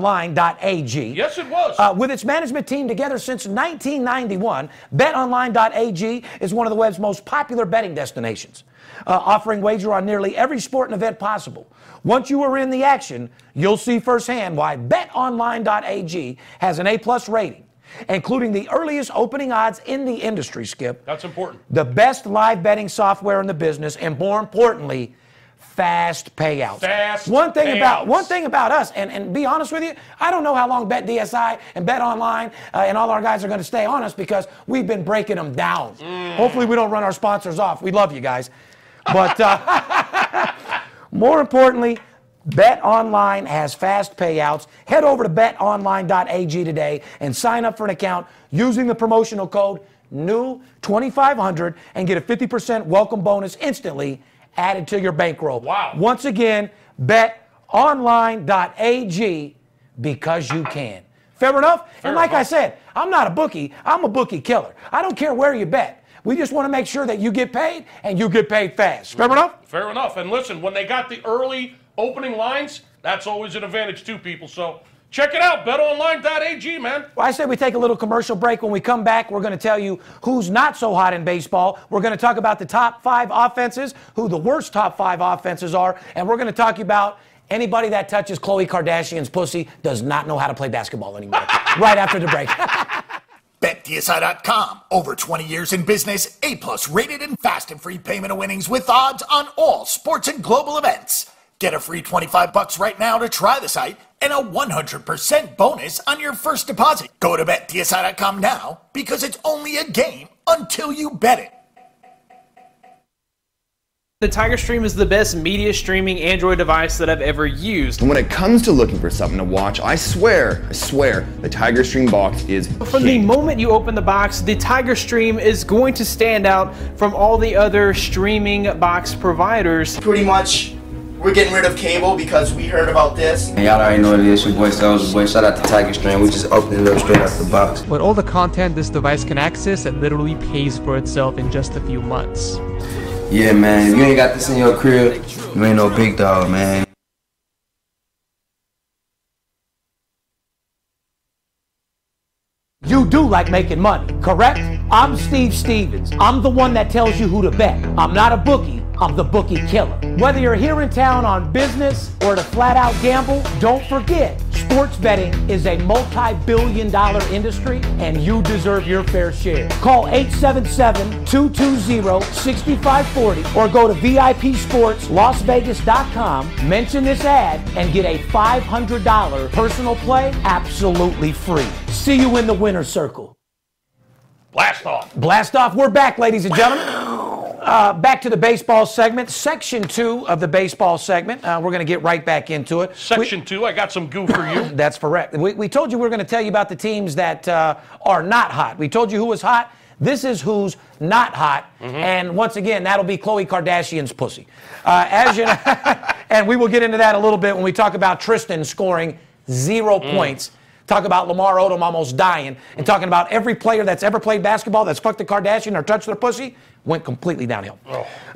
S3: betonline.ag.
S2: yes, it was.
S3: Uh, with its management team together since 1991, betonline.ag is one of the web's most popular betting destinations, uh, offering wager on nearly every sport and event possible. Once you are in the action, you'll see firsthand why betonline.ag has an A-plus rating, including the earliest opening odds in the industry, Skip,
S2: That's important.
S3: the best live betting software in the business, and more importantly, fast payouts.
S2: Fast
S3: One thing about
S2: payouts.
S3: one thing about us, and, and be honest with you, I don't know how long Bet DSI and Bet Online uh, and all our guys are going to stay on us because we've been breaking them down.
S2: Mm.
S3: Hopefully, we don't run our sponsors off. We love you guys, but uh, more importantly. Bet Online has fast payouts. Head over to betonline.ag today and sign up for an account using the promotional code E NEW2500 and get a 50% welcome bonus instantly added to your bankroll.
S2: Wow.
S3: Once again, betonline.ag because you can. Fair enough? and like I
S2: enough.
S3: said, I'm not a bookie, I'm a bookie killer. I don't care where you bet. We just want to make sure that you get paid and you get paid fast. Fair enough?
S2: Fair enough. And listen, when they got the early opening lines, that's always an advantage too, people. So Check it out, betonline.ag, man.
S3: Well, I say we take a little commercial break. When we come back, we're going to tell you who's not so hot in baseball. We're going to talk about the top five offenses, who the worst top five offenses are, and we're going to talk about anybody that touches Khloe Kardashian's pussy does not know how to play basketball anymore. right after the break.
S4: BetDSI.com. Over 20 years in business, A plus rated and fast and free payment of winnings with odds on all sports and global events. Get a free 25 bucks right now to try the site and a 100% bonus on your first deposit. Go to BetDSI.com now because it's only a game until you bet it.
S5: The Tiger Stream is the best media streaming Android device that I've ever used.
S6: When it comes to looking for something to watch, I swear, I swear, the Tiger Stream box is
S5: From the
S6: king.
S5: moment you open the box, the Tiger Stream is going to stand out from all the other streaming box providers.
S7: pretty much we're getting rid of cable because we heard about this.
S8: And y'all already know what it is. Your boy Soulja Boy. Shout out to Tiger Stream. We just opened it up straight out the box.
S9: But all the content this device can access, it literally pays for itself in just a few months.
S8: Yeah, man. If you ain't got this in your crib, you ain't no big dog, man.
S3: You do like making money, correct? I'm Steve Stevens. I'm the one that tells you who to bet. I'm not a bookie. I'm the bookie killer. Whether you're here in town on business or to flat out gamble, don't forget, sports betting is a multi billion dollar industry and you deserve your fair share. Call 877 220 6540 or go to VIPSportsLasVegas.com, mention this ad, and get a $500 personal play absolutely free. See you in the winner's circle.
S2: Blast off.
S3: Blast off. We're back, ladies and gentlemen. Uh, back to the baseball segment, section two of the baseball segment. Uh, we're going to get right back into it. We-
S2: Section two, I got some goo for you.
S3: that's correct. We, we told you we were going to tell you about the teams that uh, are not hot. We told you who was hot. This is who's not hot. And once again, that'll be Khloe Kardashian's pussy. Uh, as you know, and we will get into that a little bit when we talk about Tristan scoring zero points. Talk about Lamar Odom almost dying and talking about every player that's ever played basketball that's fucked a Kardashian or touched their pussy went completely downhill.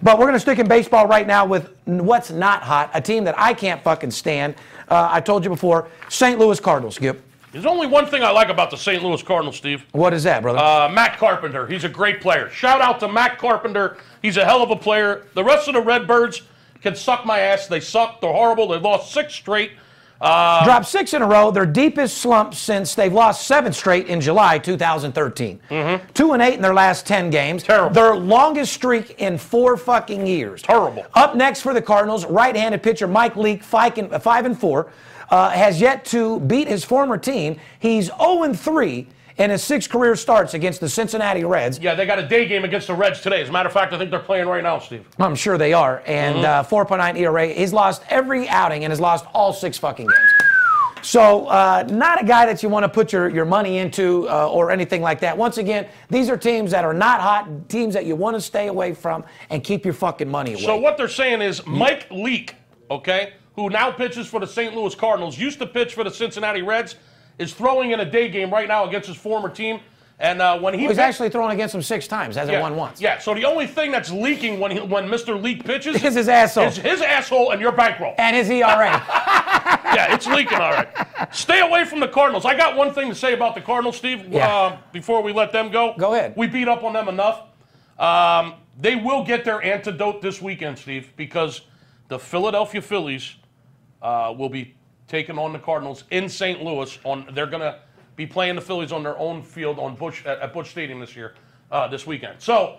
S3: But we're going to stick in baseball right now with n- what's not hot, a team that I can't fucking stand. Uh, I told you before, St. Louis Cardinals, Gip.
S2: There's only one thing I like about the St. Louis Cardinals, Steve.
S3: What is that, brother?
S2: Uh, Matt Carpenter. He's a great player. Shout out to Matt Carpenter. He's a hell of a player. The rest of the Redbirds can suck my ass. They suck. They're horrible. They lost six straight. Um,
S3: Dropped six in a row, their deepest slump since they've lost seven straight in July 2013. Two and eight in their last 10 games.
S2: Mm-hmm. Terrible.
S3: Their longest streak in four fucking years.
S2: Terrible.
S3: Up next for the Cardinals, right-handed pitcher Mike Leake, five and, five and four, uh, has yet to beat his former team. He's 0 and three in his six career starts against the Cincinnati Reds.
S2: Yeah, they got a day game against the Reds today. As a matter of fact, I think they're playing right now, Steve.
S3: I'm sure they are.
S2: Mm-hmm.
S3: And uh, 4.9 ERA. He's lost every outing and has lost all six fucking games. So, uh, not a guy that you want to put your, your money into uh, or anything like that. Once again, these are teams that are not hot, teams that you want to stay away from and keep your fucking money away.
S2: So what they're saying is Mike Leake, okay, who now pitches for the St. Louis Cardinals, used to pitch for the Cincinnati Reds, is throwing in a day game right now against his former team. And uh, when he
S3: Oh, He's
S2: pit-
S3: actually thrown against them six times, hasn't
S2: yeah,
S3: won once.
S2: Yeah. So the only thing that's leaking when he, when Mr. Leak pitches
S3: Is his asshole.
S2: is his asshole and your bankroll.
S3: And his E ERA.
S2: yeah, it's leaking all right. Stay away from the Cardinals. I got one thing to say about the Cardinals, Steve.
S3: Yeah.
S2: Uh, before we let them go,
S3: Go ahead.
S2: We beat up on them enough. Um, they will get their antidote this weekend, Steve, because the Philadelphia Phillies uh, will be taking on the Cardinals in St. Louis. On they're gonna be playing the Phillies on their own field on Bush at, at Bush Stadium this year, uh, this weekend. So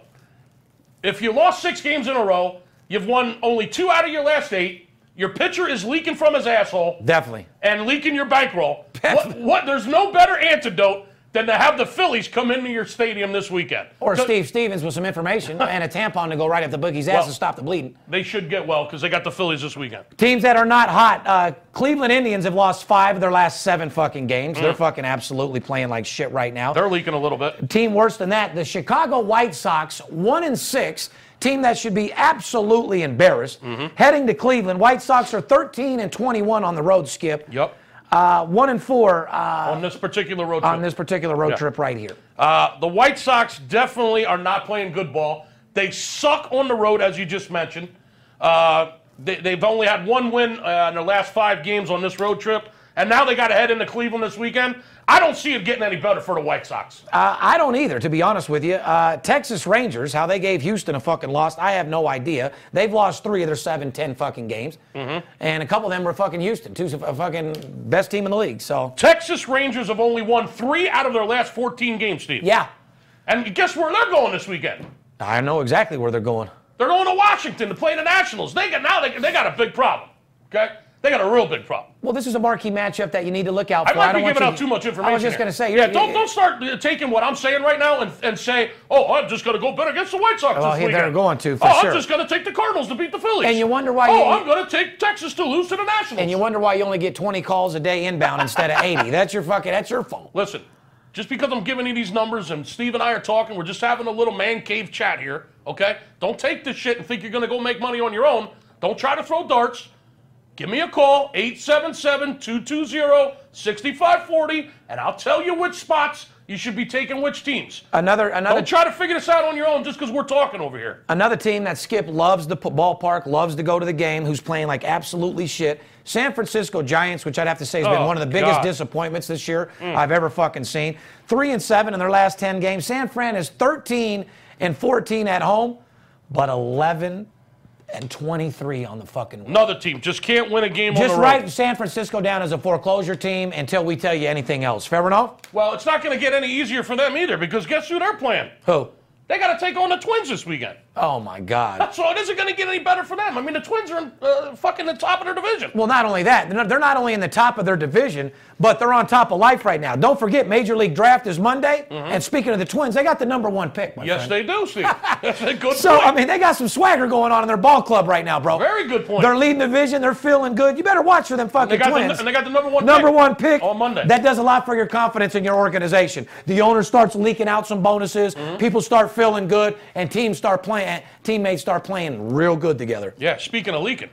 S2: if you lost six games in a row, you've won only two out of your last eight. Your pitcher is leaking from his asshole
S3: Definitely.
S2: and leaking your bankroll. what, what? There's no better antidote than to have the Phillies come into your stadium this weekend.
S3: Or
S2: So
S3: Steve Stevens with some information and a tampon to go right up the boogie's ass
S2: Well-
S3: and stop the bleeding.
S2: They should get well because they got the Phillies this weekend.
S3: Teams that are not hot. Uh, Cleveland Indians have lost five of their last seven fucking games. They're fucking absolutely playing like shit right now.
S2: Mm. They're leaking a little bit.
S3: team worse than that, the Chicago White Sox, one and six, team that should be absolutely embarrassed.
S2: Mm-hmm.
S3: Heading to Cleveland, White Sox are 13 and 21 on the road. Skip.
S2: Yep.
S3: Uh, one and four uh,
S2: on this particular road trip.
S3: on this particular road
S2: Yeah.
S3: trip right here.
S2: Uh, the White Sox definitely are not playing good ball. They suck on the road, as you just mentioned. Uh, they, they've only had one win uh, in their last five games on this road trip. and now they got to head into Cleveland this weekend. I don't see it getting any better for the White Sox.
S3: Uh, I don't either, to be honest with you. Uh, Texas Rangers, how they gave Houston a fucking loss, I have no idea. They've lost three of their seven, ten fucking games,
S2: Mm-hmm.
S3: and a couple of them were fucking Houston, two uh, fucking best team in the league. So
S2: Texas Rangers have only won three out of their last 14 games, Steve.
S3: yeah,
S2: And guess where they're going this weekend?
S3: I know exactly where they're going.
S2: They're going to Washington to play the Nationals. They got now they, they got a big problem. Okay, they got a real big problem.
S3: Well, this is a marquee matchup that you need to look out
S2: I
S3: for.
S2: might be
S3: want
S2: giving
S3: you
S2: out
S3: to-
S2: too much information.
S3: I was just
S2: here.
S3: going to say,
S2: yeah.
S3: you-
S2: Don't
S3: you-
S2: don't start uh, taking what I'm saying right now and, and say, oh, I'm just going to go bet against the White Sox
S3: Well,
S2: this
S3: hey,
S2: weekend.
S3: they're going to, for
S2: oh,
S3: sure.
S2: I'm just going to take the Cardinals to beat the Phillies.
S3: And you wonder why
S2: Oh,
S3: you-
S2: I'm going to take Texas to lose to the Nationals.
S3: And you wonder why you only get 20 calls a day inbound instead of 80. That's your fucking. That's your fault.
S2: Listen, just because I'm giving you these numbers and Steve and I are talking, we're just having a little man cave chat here, okay? Don't take this shit and think you're gonna go make money on your own. Don't try to throw darts. Give me a call, 877 220 6540, and I'll tell you which spots you should be taking which teams.
S3: Another another
S2: Don't try to figure this out on your own just because we're talking over here.
S3: Another team that Skip loves the p- ballpark, loves to go to the game, who's playing like absolutely shit. San Francisco Giants, which I'd have to say has been
S2: Oh,
S3: one of the biggest
S2: God. Mm.
S3: disappointments this year I've ever fucking seen. Three and seven in their last 10 games. San Fran is 13 and 14 at home, but 11 and 23 on the fucking road.
S2: Another team just can't win a game on
S3: Just
S2: the road.
S3: write San Francisco down as a foreclosure team until we tell you anything else. Fair enough?
S2: Well, it's not gonna get any easier for them either because guess who they're playing?
S3: Who?
S2: They gotta take on the Twins this weekend.
S3: Oh my God.
S2: So it isn't going to get any better for them. I mean, the Twins are in, uh, fucking the top of their division.
S3: Well, not only that, they're not- they're not only in the top of their division, but they're on top of life right now. Don't forget, Major League Draft is Monday. And speaking of the Twins, they got the number one pick. My
S2: Mm-hmm. yes,
S3: friend.
S2: they do, Steve. That's a good
S3: So
S2: point.
S3: I mean, they got some swagger going on in their ball club right now, bro.
S2: Very good point.
S3: They're leading the division. They're feeling good. You better watch for them fucking
S2: they got the,
S3: Twins.
S2: and they got the number one
S3: Number
S2: pick
S3: one pick
S2: on Monday.
S3: That does a lot for your confidence in your organization. The owner starts leaking out some bonuses.
S2: Mm-hmm.
S3: People start feeling good, and teams start playing. Teammates start playing real good together.
S2: yeah, speaking of leaking.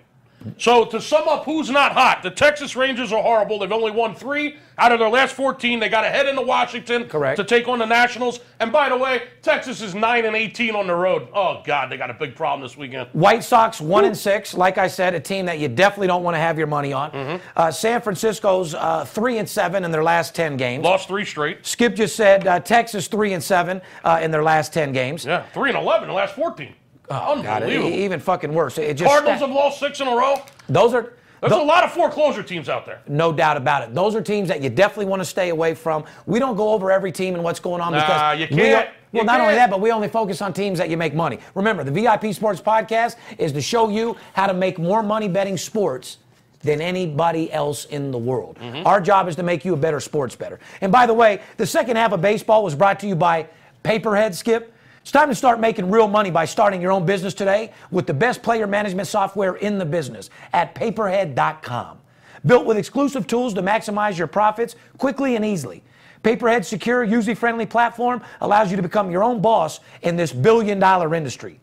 S2: So to sum up, who's not hot? The Texas Rangers are horrible. They've only won three out of their last 14. They got to head into Washington
S3: Correct.
S2: to take on the Nationals. And by the way, Texas is 9 and 18 on the road. Oh, God, they got a big problem this weekend.
S3: White Sox one and six, like I said, a team that you definitely don't want to have your money on.
S2: Mm-hmm.
S3: Uh, San Francisco's uh, three and seven in their last ten games.
S2: Lost three straight.
S3: Skip just said uh, Texas three and seven uh, in their last ten games.
S2: Yeah, 3 and 11 in the last 14.
S3: Oh, God, it-
S2: Unbelievable.
S3: even fucking worse. It just
S2: Cardinals
S3: stack-
S2: have lost six in a row.
S3: those are
S2: There's
S3: tho-
S2: a lot of foreclosure teams out there.
S3: no doubt about it. Those are teams that you definitely want to stay away from. We don't go over every team and what's going on
S2: Nah,
S3: because
S2: you
S3: we
S2: can't.
S3: don't- well,
S2: You
S3: not only that,
S2: can't.
S3: but we only focus on teams that you make money. Remember, the VIP Sports Podcast is to show you how to make more money betting sports than anybody else in the world.
S2: Mm-hmm.
S3: Our job is to make you a better sports better. And by the way, the second half of baseball was brought to you by Paperhead Skip. It's time to start making real money by starting your own business today with the best player management software in the business at paperhead.com. Built with exclusive tools to maximize your profits quickly and easily. Paperhead's secure, user friendly platform allows you to become your own boss in this billion dollar industry.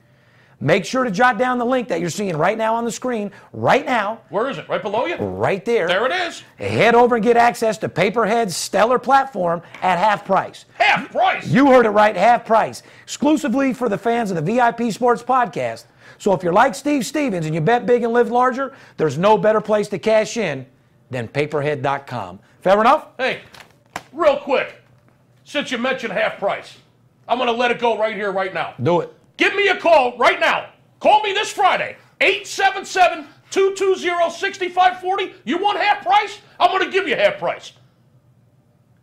S3: Make sure to jot down the link that you're seeing right now on the screen, right now,
S2: Where is it? Right below you?
S3: right there.
S2: There it is.
S3: Head over and get access to Paperhead's stellar platform at half price.
S2: Half price.
S3: You heard it right, half price, exclusively for the fans of the VIP Sports Podcast. So if you're like Steve Stevens and you bet big and live larger, there's no better place to cash in than paperhead.com. Fair enough?
S2: hey, real quick, since you mentioned half price, I'm going to let it go right here, right now.
S3: Do it.
S2: Give me a call right now. Call me this Friday, 877 220 6540. You want half price? I'm going to give you half price.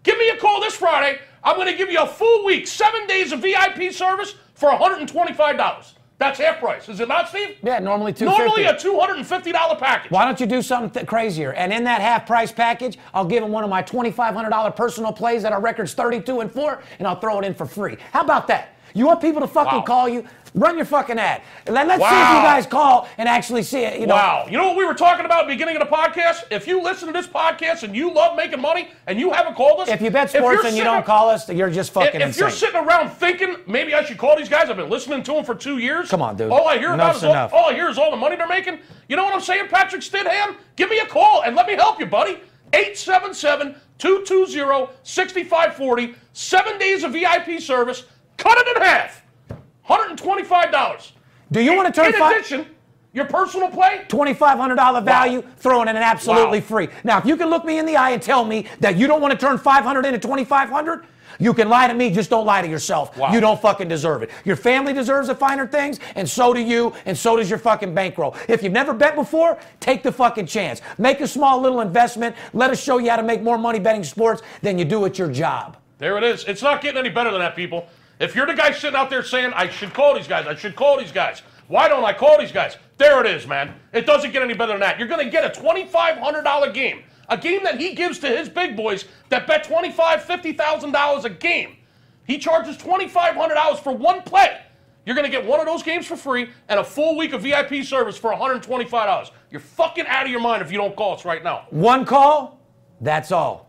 S2: Give me a call this Friday. I'm going to give you a full week, seven days of VIP service for $125. That's half price. Is it not, Steve?
S3: Yeah, normally $250.
S2: Normally a $250 package.
S3: Why don't you do something th- crazier? And in that half price package, I'll give him one of my $2,500 personal plays that are records 32 and 4, and I'll throw it in for free. How about that? You want people to fucking
S2: Wow.
S3: call you? Run your fucking ad. And let- let's see if
S2: Wow.
S3: you guys call and actually see it. You know,
S2: Wow. You know what we were talking about at the beginning of the podcast? If you listen to this podcast and you love making money and you haven't called us,
S3: If you bet
S2: you're
S3: sports and you
S2: sitting-
S3: don't call us, you're just
S2: if,
S3: fucking
S2: if
S3: insane.
S2: you're sitting around thinking maybe I should call these guys, I've been listening to them for two years.
S3: Come on, dude.
S2: All I hear about
S3: Enough's
S2: is all,
S3: enough.
S2: all I hear is all the money they're making. You know what I'm saying, Patrick Stidham? Give me a call and let me help you, buddy. 877-220-6540. Seven days of VIP service. Cut it in half. $125.
S3: do you want to turn
S2: In
S3: five?
S2: addition, Your personal play?
S3: $2,500 value, throwing in an absolutely
S2: Wow.
S3: free. Now, if you can look me in the eye and tell me that you don't want to turn 500 into 2,500, you can lie to me, just don't lie to yourself.
S2: Wow.
S3: You don't fucking deserve it. Your family deserves the finer things, and so do you, and so does your fucking bankroll. If you've never bet before, take the fucking chance. Make a small little investment. Let us show you how to make more money betting sports than you do at your job.
S2: There it is. It's not getting any better than that, people. If you're the guy sitting out there saying, I should call these guys, I should call these guys, why don't I call these guys? There it is, man. It doesn't get any better than that. You're going to get a $2,500 game, a game that he gives to his big boys that bet $25,000, $50,000 a game. He charges $2,500 for one play. You're going to get one of those games for free and a full week of VIP service for $125. You're fucking out of your mind if you don't call us right now.
S3: One call, that's all.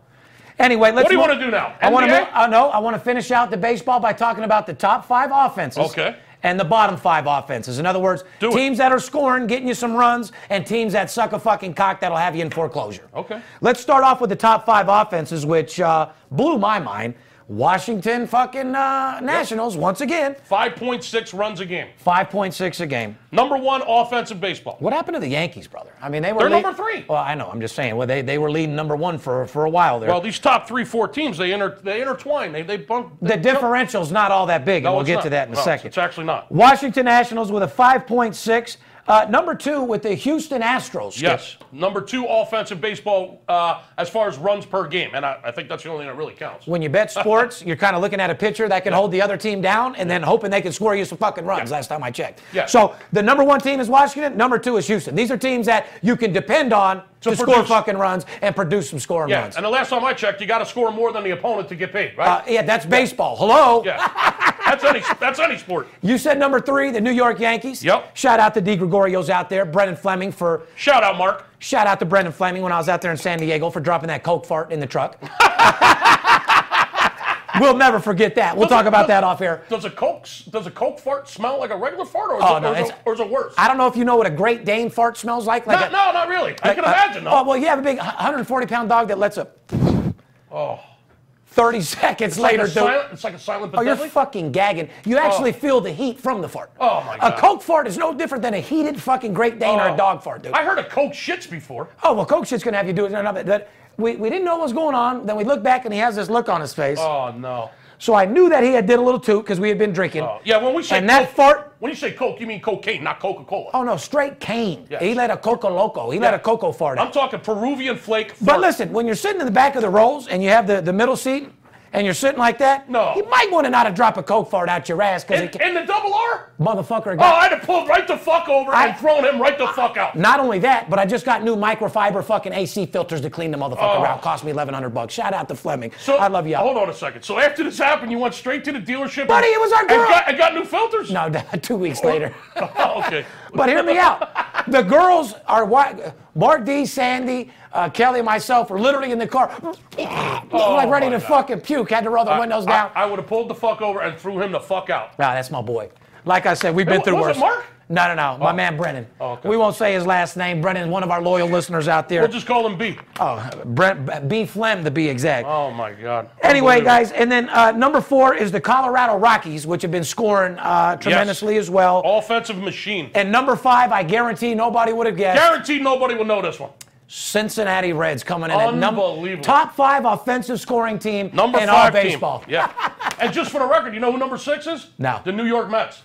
S3: Anyway, let's.
S2: What do you
S3: mo-
S2: wanna do now?
S3: I want to.
S2: NBA?
S3: Uh, no, I want to finish out the baseball by talking about the top five offenses.
S2: Okay.
S3: And the bottom five offenses. In other words,
S2: Do it.
S3: teams that are scoring, getting you some runs, and teams that suck a fucking cock that'll have you in foreclosure.
S2: Okay.
S3: Let's start off with the top five offenses, which uh, blew my mind. Washington fucking uh, Nationals once again,
S2: 5.6 runs a game.
S3: five point six a game.
S2: Number one offense in baseball.
S3: What happened to the Yankees, brother? I mean, they were
S2: They're
S3: lead-
S2: number three.
S3: Well, I know. I'm just saying. Well, they, they were leading number one for for a while there.
S2: Well, these top three, four teams, they inter they intertwine. They they bump.
S3: The differential's not all that big, and
S2: No,
S3: we'll
S2: it's
S3: get
S2: not.
S3: to that in a
S2: No,
S3: second.
S2: It's actually not.
S3: Washington Nationals with a 5.6. Uh, number two with the Houston Astros. Skip.
S2: Yes, number two offense in baseball uh, as far as runs per game, and I, I think that's the only thing that really counts.
S3: When you bet sports, you're kind of looking at a pitcher that can hold the other team down and then hoping they can score you some fucking runs.
S2: Yeah.
S3: Last time I checked.
S2: Yeah.
S3: So the number one team is Washington. Number two is Houston. These are teams that you can depend on to,
S2: To
S3: score
S2: produce.
S3: fucking runs and produce some scoring
S2: yeah,
S3: runs.
S2: and the last time I checked, you got to score more than the opponent to get paid, right?
S3: Uh, yeah, that's baseball. Hello.
S2: yeah, that's any that's any sport.
S3: You said number three, the New York Yankees.
S2: Yep.
S3: Shout out to D. Gregorios out there, Brendan Fleming for
S2: Shout out, Mark.
S3: Shout out to Brendan Fleming when I was out there in San Diego for dropping that coke fart in the truck. we'll never forget that. We'll talk about that off air.
S2: Does a coke s- does a coke fart smell like a regular fart, or is,
S3: Oh,
S2: it,
S3: no,
S2: or, is it,
S3: it's-
S2: or is it worse?
S3: I don't know if you know what a Great Dane fart smells like. like
S2: Not-
S3: a-
S2: no, not really. I can
S3: uh,
S2: imagine.
S3: Oh
S2: though.
S3: well, you have a big 140 pound dog that lets up. Oh. 30 seconds
S2: It's like
S3: later,
S2: a
S3: dude.
S2: silent- it's like a silent.
S3: Oh, you're
S2: deadly.
S3: fucking gagging. You actually feel the heat from the fart.
S2: Oh, my God.
S3: A coke fart is no different than a heated fucking Great Dane or a
S2: Oh.
S3: dog fart, dude.
S2: I heard a coke shits before.
S3: oh well, coke shit's gonna have you do it. No, no, but that- we, we didn't know what was going on. Then we look back and he has this look on his face.
S2: Oh no.
S3: So I knew that he had did a little too because we had been drinking.
S2: Oh, yeah, when we say
S3: and that
S2: Coke-
S3: fart.
S2: When you say coke, you mean cocaine, not Coca Cola.
S3: Oh no, straight cane.
S2: Yes.
S3: He let a coco loco. He let a coco fart.
S2: I'm
S3: out.
S2: talking Peruvian flake.
S3: but
S2: fart.
S3: listen, when you're sitting in the back of the rolls and you have the, the middle seat and you're sitting like that,
S2: No.
S3: you might want to not to drop a coke fart out your ass because
S2: in,
S3: it can,
S2: in the double R?
S3: motherfucker.
S2: Oh,
S3: Got,
S2: I'd have pulled right the fuck over
S3: I-
S2: and thrown him right the fuck out.
S3: not only that, but I just got new microfiber fucking AC filters to clean the motherfucker
S2: Oh.
S3: out. Cost me 1,100 bucks. Shout out to Fleming.
S2: So
S3: I love you.
S2: Hold on a second. So after this happened, you went straight to the dealership.
S3: Buddy,
S2: and-
S3: it was our
S2: and
S3: girl.
S2: got- And got, new filters.
S3: No, two weeks later.
S2: Oh, okay.
S3: But hear me out. The girls are what? Mark D, Sandy, uh, Kelly, and myself are literally in the car, like ready
S2: Oh my
S3: to
S2: God.
S3: fucking puke. Had to roll the windows down.
S2: I, I would have pulled the fuck over and threw him the fuck out.
S3: Nah, that's my boy. Like I said, we've been
S2: wa-
S3: through
S2: was it
S3: worse.
S2: Mark?
S3: No, no, no. My man Brennan.
S2: Oh, okay.
S3: We won't say his last name. Brennan's one of our loyal listeners out there.
S2: We'll just call him B.
S3: oh, Brent, B. Flem to be exact.
S2: Oh my God.
S3: Anyway,
S2: Unbelievable.
S3: guys, and then uh, number four is the Colorado Rockies, which have been scoring uh, tremendously as well.
S2: Offensive machine.
S3: and number five, I guarantee nobody would have guessed.
S2: Guaranteed nobody will know this one.
S3: Cincinnati Reds coming in at number
S2: Unbelievable.
S3: top five offensive scoring team
S2: Number
S3: in all
S2: five team.
S3: baseball.
S2: Yeah. and just for the record, you know who number six is?
S3: No.
S2: The New York Mets.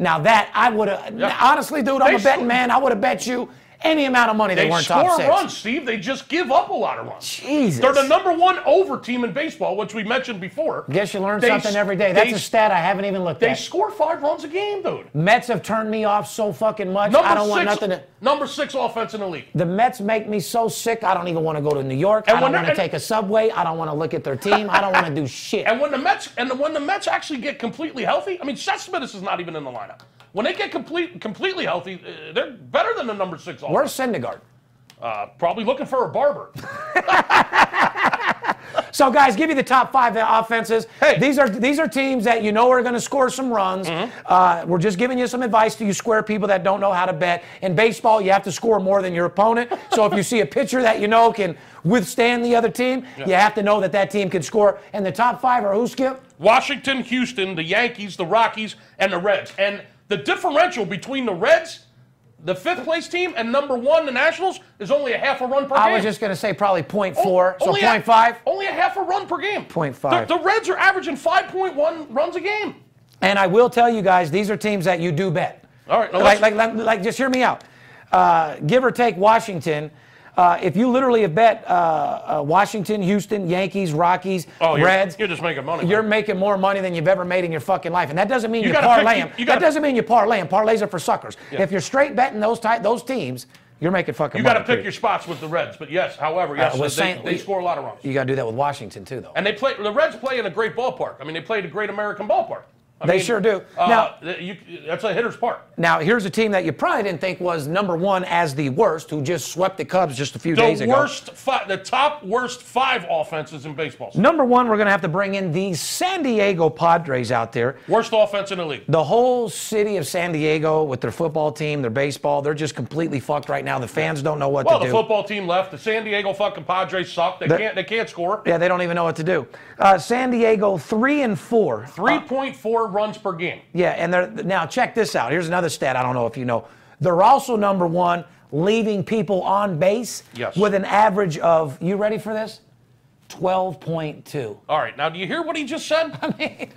S3: Now that I would have
S2: Yeah.
S3: honestly, dude, I'm a
S2: They
S3: betting
S2: sc-
S3: man. I would have bet you any amount of money they,
S2: They,
S3: weren't
S2: score
S3: top six.
S2: runs, Steve. They just give up a lot of runs.
S3: Jesus.
S2: They're the number one over team in baseball, which we mentioned before.
S3: Guess you learn
S2: They
S3: something
S2: s-
S3: every day.
S2: they
S3: That's a
S2: s-
S3: stat I haven't even looked
S2: They
S3: at.
S2: score five runs a game, dude.
S3: Mets have turned me off so fucking much.
S2: Number
S3: I don't
S2: six,
S3: want nothing to.
S2: number six offense in the league.
S3: The Mets make me so sick. I don't even want to go to New York.
S2: And
S3: I
S2: when
S3: don't
S2: they're-
S3: want to
S2: and-
S3: take a subway. I don't want to look at their team. I don't want to do shit.
S2: And when the Mets and when the Mets actually get completely healthy, I mean, Seth Smith is not even in the lineup. When they get complete, completely healthy, uh, they're better than the number six offense.
S3: Where's Syndergaard?
S2: Uh, probably looking for a barber.
S3: So, guys, give you the top five offenses.
S2: Hey. Mm-hmm.
S3: These are these are teams that you know are going to score some runs. Uh, we're just giving you some advice to you square people that don't know how to bet. In baseball, you have to score more than your opponent. so if you see a pitcher that you know can withstand the other team, you have to know that that team can score. And the top five are who, Skip?
S2: Washington, Houston, the Yankees, the Rockies, and the Reds. And the differential between the Reds The fifth place team and number one, the Nationals, is only a half a run per game.
S3: I was just going to say probably 0.4, so
S2: Oh, only a-
S3: 0.5.
S2: Only a half a run per game.
S3: 0.5.
S2: The, the Reds are averaging 5.1 runs a game.
S3: And I will tell you guys, these are teams that you do bet.
S2: All right, now
S3: Oh, Like,
S2: let's-
S3: like, like, like, just hear me out. Uh, give or take Washington. Uh, if you literally have bet uh, uh, Washington, Houston, Yankees, Rockies,
S2: Oh, you're,
S3: Reds,
S2: You're just making money.
S3: you're
S2: man.
S3: making more money than you've ever made in your fucking life, and that doesn't mean you,
S2: gotta
S3: parlay
S2: pick-
S3: them.
S2: you
S3: that
S2: gotta-
S3: doesn't mean you parlay them. Parlays are for suckers.
S2: Yeah.
S3: If you're straight betting those ty- those teams, you're making fucking.
S2: you got
S3: money,
S2: to pick
S3: period. Uh,
S2: your spots with the Reds, but yes, however, yes,
S3: I was
S2: they,
S3: saying-
S2: they score a lot of runs.
S3: You got to do that with Washington too, though.
S2: And they play. The Reds play in a great ballpark. I mean, they play at a great American ballpark. I
S3: They
S2: mean,
S3: sure do.
S2: Uh,
S3: Now-
S2: th- you- that's a hitter's park.
S3: Now, here's a team that you probably didn't think was number one as the worst, who just swept the Cubs just a few days
S2: The
S3: ago.
S2: worst, fi- the top worst five offenses in baseball.
S3: Number one, we're going to have to bring in the San Diego Padres out there.
S2: Worst offense in the league.
S3: The whole city of San Diego with their football team, their baseball, they're just completely fucked right now. The fans don't know what
S2: Well,
S3: to
S2: the
S3: do.
S2: football team left. The San Diego fucking Padres suck. They
S3: The-
S2: can't. They can't score.
S3: yeah, they don't even know what to do. Uh, San Diego three and four.
S2: Three point four runs per game.
S3: Yeah, and they're now check this out. Here's another stat I don't know if you know. They're also number one leaving people on base
S2: Yes.
S3: with an average of you ready for this? Twelve point two.
S2: All right. Now, do you hear what he just said?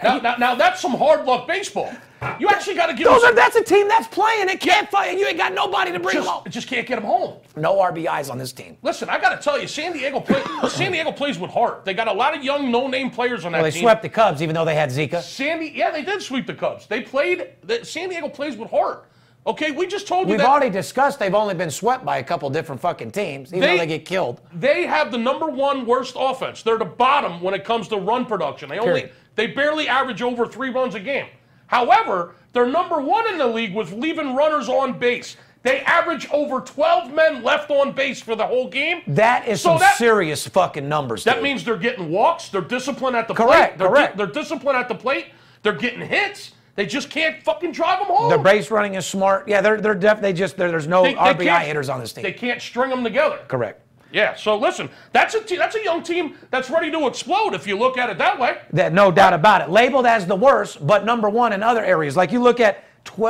S2: now, now, now that's some hard luck baseball. You actually got to give.
S3: Those
S2: him
S3: are that's a team that's playing. It can't fight. You ain't got nobody to bring them
S2: just,
S3: home.
S2: just can't get him home.
S3: No RBIs on this team.
S2: Listen, I got to tell you, San Diego play, San Diego plays with heart. They got a lot of young, no-name players on that
S3: Well, they
S2: team.
S3: swept the Cubs even though they had Zika.
S2: Sandy, yeah, they did sweep the Cubs. They played. The, San Diego plays with heart. Okay, we just told you
S3: We've
S2: that
S3: already discussed they've only been swept by a couple different fucking teams, even
S2: They-
S3: though they get killed.
S2: they have the number one worst offense. They're the bottom when it comes to run production. They only
S3: Period.
S2: they barely average over three runs a game. However, they're number one in the league with leaving runners on base. They average over 12 men left on base for the whole game.
S3: That is
S2: So
S3: some
S2: that-
S3: serious fucking numbers.
S2: That
S3: dude.
S2: means they're getting walks. They're disciplined at the
S3: Correct,
S2: plate. They're,
S3: correct.
S2: They're disciplined at the plate. They're getting hits. They just can't fucking drive them home.
S3: their base running is smart. Yeah, they're they're def- they just there- there's no
S2: They- they
S3: RBI
S2: can't-
S3: hitters on this team.
S2: They can't string them together.
S3: Correct.
S2: Yeah. So listen, that's a te- that's a young team that's ready to explode if you look at it that way.
S3: That no doubt about it. Labeled as the worst, but number one in other areas. Like you look at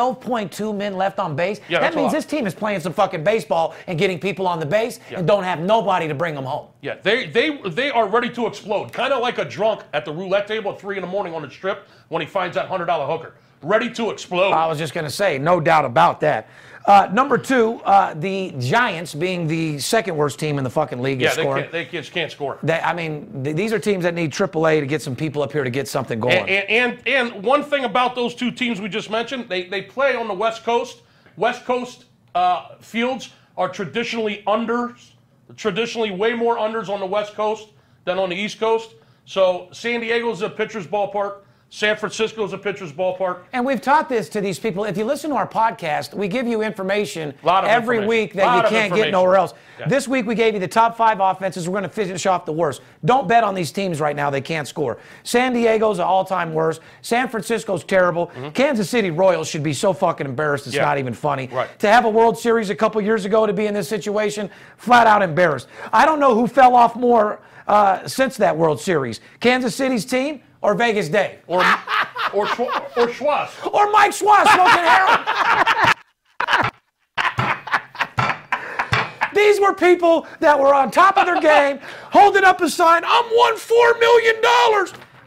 S3: 12.2 men left on base.
S2: Yeah,
S3: that
S2: that's a
S3: means
S2: lot.
S3: this team is playing some fucking baseball and getting people on the base and don't have nobody to bring them home.
S2: Yeah. They they they are ready to explode, kind of like a drunk at the roulette table at three in the morning on the strip when he finds that hundred dollar hooker, ready to explode.
S3: I was just going to say, no doubt about that. Uh, number two, uh, the Giants being the second worst team in the fucking league
S2: yeah.
S3: is
S2: They
S3: scoring.
S2: can't, they just can't score.
S3: They- I mean, th- these are teams that need AAA to get some people up here to get something going.
S2: And, and, and and one thing about those two teams we just mentioned, they, they play on the West Coast. West Coast uh, fields are traditionally unders, traditionally way more unders on the West Coast than on the East Coast. So San Diego is a pitcher's ballpark. San Francisco is a pitcher's ballpark.
S3: And we've taught this to these people. If you listen to our podcast, we give you information
S2: Lot of
S3: every
S2: information.
S3: week that
S2: Lot
S3: you
S2: of
S3: can't get
S2: information.
S3: nowhere else.
S2: Yeah.
S3: This week we gave you the top five offenses. We're going to finish off the worst. Don't bet on these teams right now. They can't score. San Diego's the all-time worst. San Francisco's terrible. Kansas City Royals should be so fucking embarrassed. It's
S2: Mm-hmm. Yeah.
S3: not even funny.
S2: Right.
S3: To have a World Series a couple years ago to be in this situation, flat out embarrassed. I don't know who fell off more uh, since that World Series: Kansas City's team or Vegas Dave
S2: Or or Schwa- or Schwaz.
S3: or Mike Schwartz smoking heroin. These were people that were on top of their game, holding up a sign, I'm won $4 million.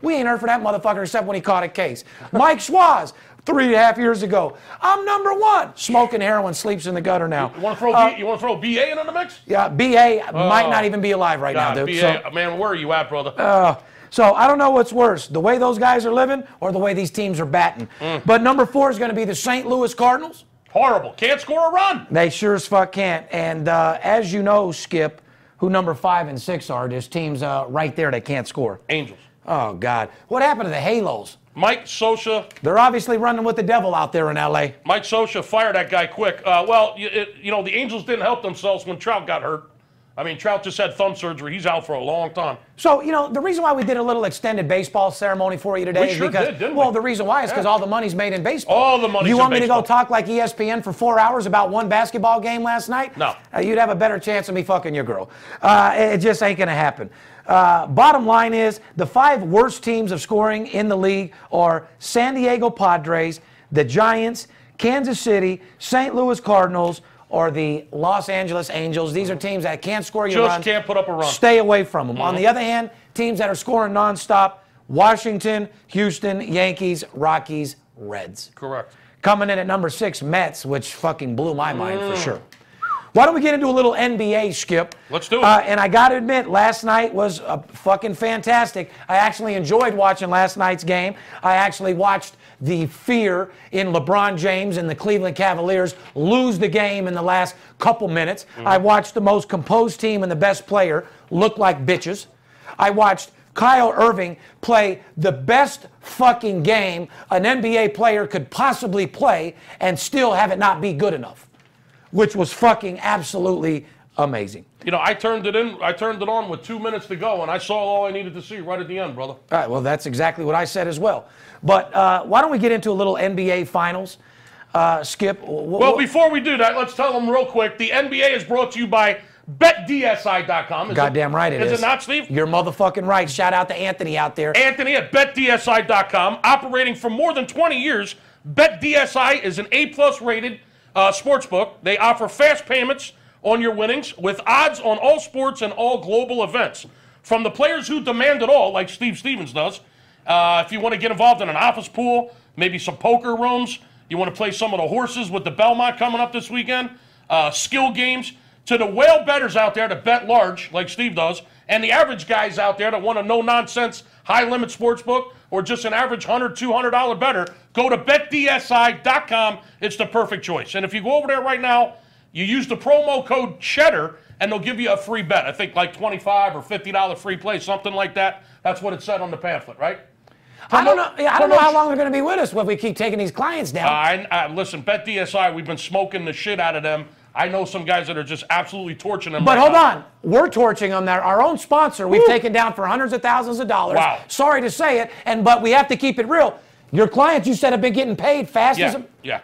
S3: We ain't heard from that motherfucker except when he caught a case. Mike Schwaz, three and a half years ago, I'm number one. Smoking heroin, sleeps in the gutter now.
S2: You want to throw
S3: Uh,
S2: B, you want to throw BA in on the mix?
S3: Yeah, BA might not even be alive right
S2: God,
S3: now, dude.
S2: BA,
S3: So,
S2: man, where are you at, brother?
S3: so I don't know what's worse, the way those guys are living or the way these teams are batting. But number four is going to be the St. Louis Cardinals.
S2: Horrible. Can't score a run.
S3: They sure as fuck can't. And uh, as you know, Skip, who number five and six are, there's teams uh, right there that can't score.
S2: Angels.
S3: Oh, God. What happened to the Halos?
S2: Mike Sosa
S3: They're obviously running with the devil out there in LA.
S2: Mike Sosha, fire that guy quick. Uh, well, you, it, you know, the Angels didn't help themselves when Trout got hurt. I mean, Trout just had thumb surgery. He's out for a long time.
S3: So, you know, the reason why we did a little extended baseball ceremony for you today
S2: We
S3: is
S2: sure
S3: because,
S2: did, didn't we?
S3: well, the reason why is because
S2: Yeah.
S3: all the money's made in baseball.
S2: All the money's
S3: You
S2: in
S3: want me
S2: baseball.
S3: to go talk like E ESPN for four hours about one basketball game last night?
S2: No.
S3: Uh, you'd have a better chance of me fucking your girl. Uh, it it just ain't gonna happen. Uh, bottom line is the five worst teams of scoring in the league are San Diego Padres, the Giants, Kansas City, St. Louis Cardinals, or the Los Angeles Angels. These are teams that can't score you
S2: Just
S3: runs.
S2: can't put up a run. Mm-hmm.
S3: Stay away from them. On the other hand, teams that are scoring nonstop: Washington, Houston, Yankees, Rockies, Reds.
S2: Correct.
S3: Coming in at number six, Mets, which fucking blew my mind for
S2: Mm.
S3: sure. Why don't we get into a little NBA, Skip?
S2: Let's do it.
S3: Uh, and I got to admit, last night was uh, fucking fantastic. I actually enjoyed watching last night's game. I actually watched the fear in LeBron James and the Cleveland Cavaliers lose the game in the last couple minutes.
S2: Mm-hmm.
S3: I watched the most composed team and the best player look like bitches. I watched Kyle Irving play the best fucking game an NBA player could possibly play and still have it not be good enough, which was fucking absolutely amazing.
S2: You know, I turned it in. I turned it on with two minutes to go, and I saw all I needed to see right at the end, brother.
S3: All right, well, that's exactly what I said as well. But uh, why don't we get into a little NBA finals? Uh, Skip, wh- wh-
S2: Well,
S3: wh-
S2: before we do that, let's tell them real quick. The NBA is brought to you by BetDSI.com. Is
S3: goddamn right it is.
S2: Is it not, Steve?
S3: You're motherfucking right. Shout out to Anthony out there.
S2: Anthony at BetDSI.com, operating for more than 20 years. BetDSI is an A plus rated uh, sports book. They offer fast payments on your winnings with odds on all sports and all global events. From the players who demand it all, like Steve Stevens does, uh, if you want to get involved in an office pool, maybe some poker rooms, you want to play some of the horses with the Belmont coming up this weekend, uh, skill games, to the whale betters out there to bet large, like Steve does, and the average guys out there that want a no nonsense, high limit sports book or just an average $100, $200 better, go to betdsi.com. It's the perfect choice. And if you go over there right now, you use the promo code Cheddar, and they'll give you a free bet. I think like $25 or $50 free play, something like that. That's what it said on the pamphlet, right?
S3: I don't know. Yeah, I don't know how
S2: promotion-
S3: long they're going to be with us when we keep taking these clients down.
S2: I, I listen, Bet DSI, we've been smoking the shit out of them. I know some guys that are just absolutely torching them.
S3: But
S2: right
S3: hold
S2: now.
S3: on, we're torching them. There, our own sponsor, we've taken down for hundreds of thousands of dollars.
S2: Wow.
S3: Sorry to say it, and but we have to keep it real. Your clients, you said, have been getting paid fast as
S2: Yeah,
S3: a,
S2: yeah.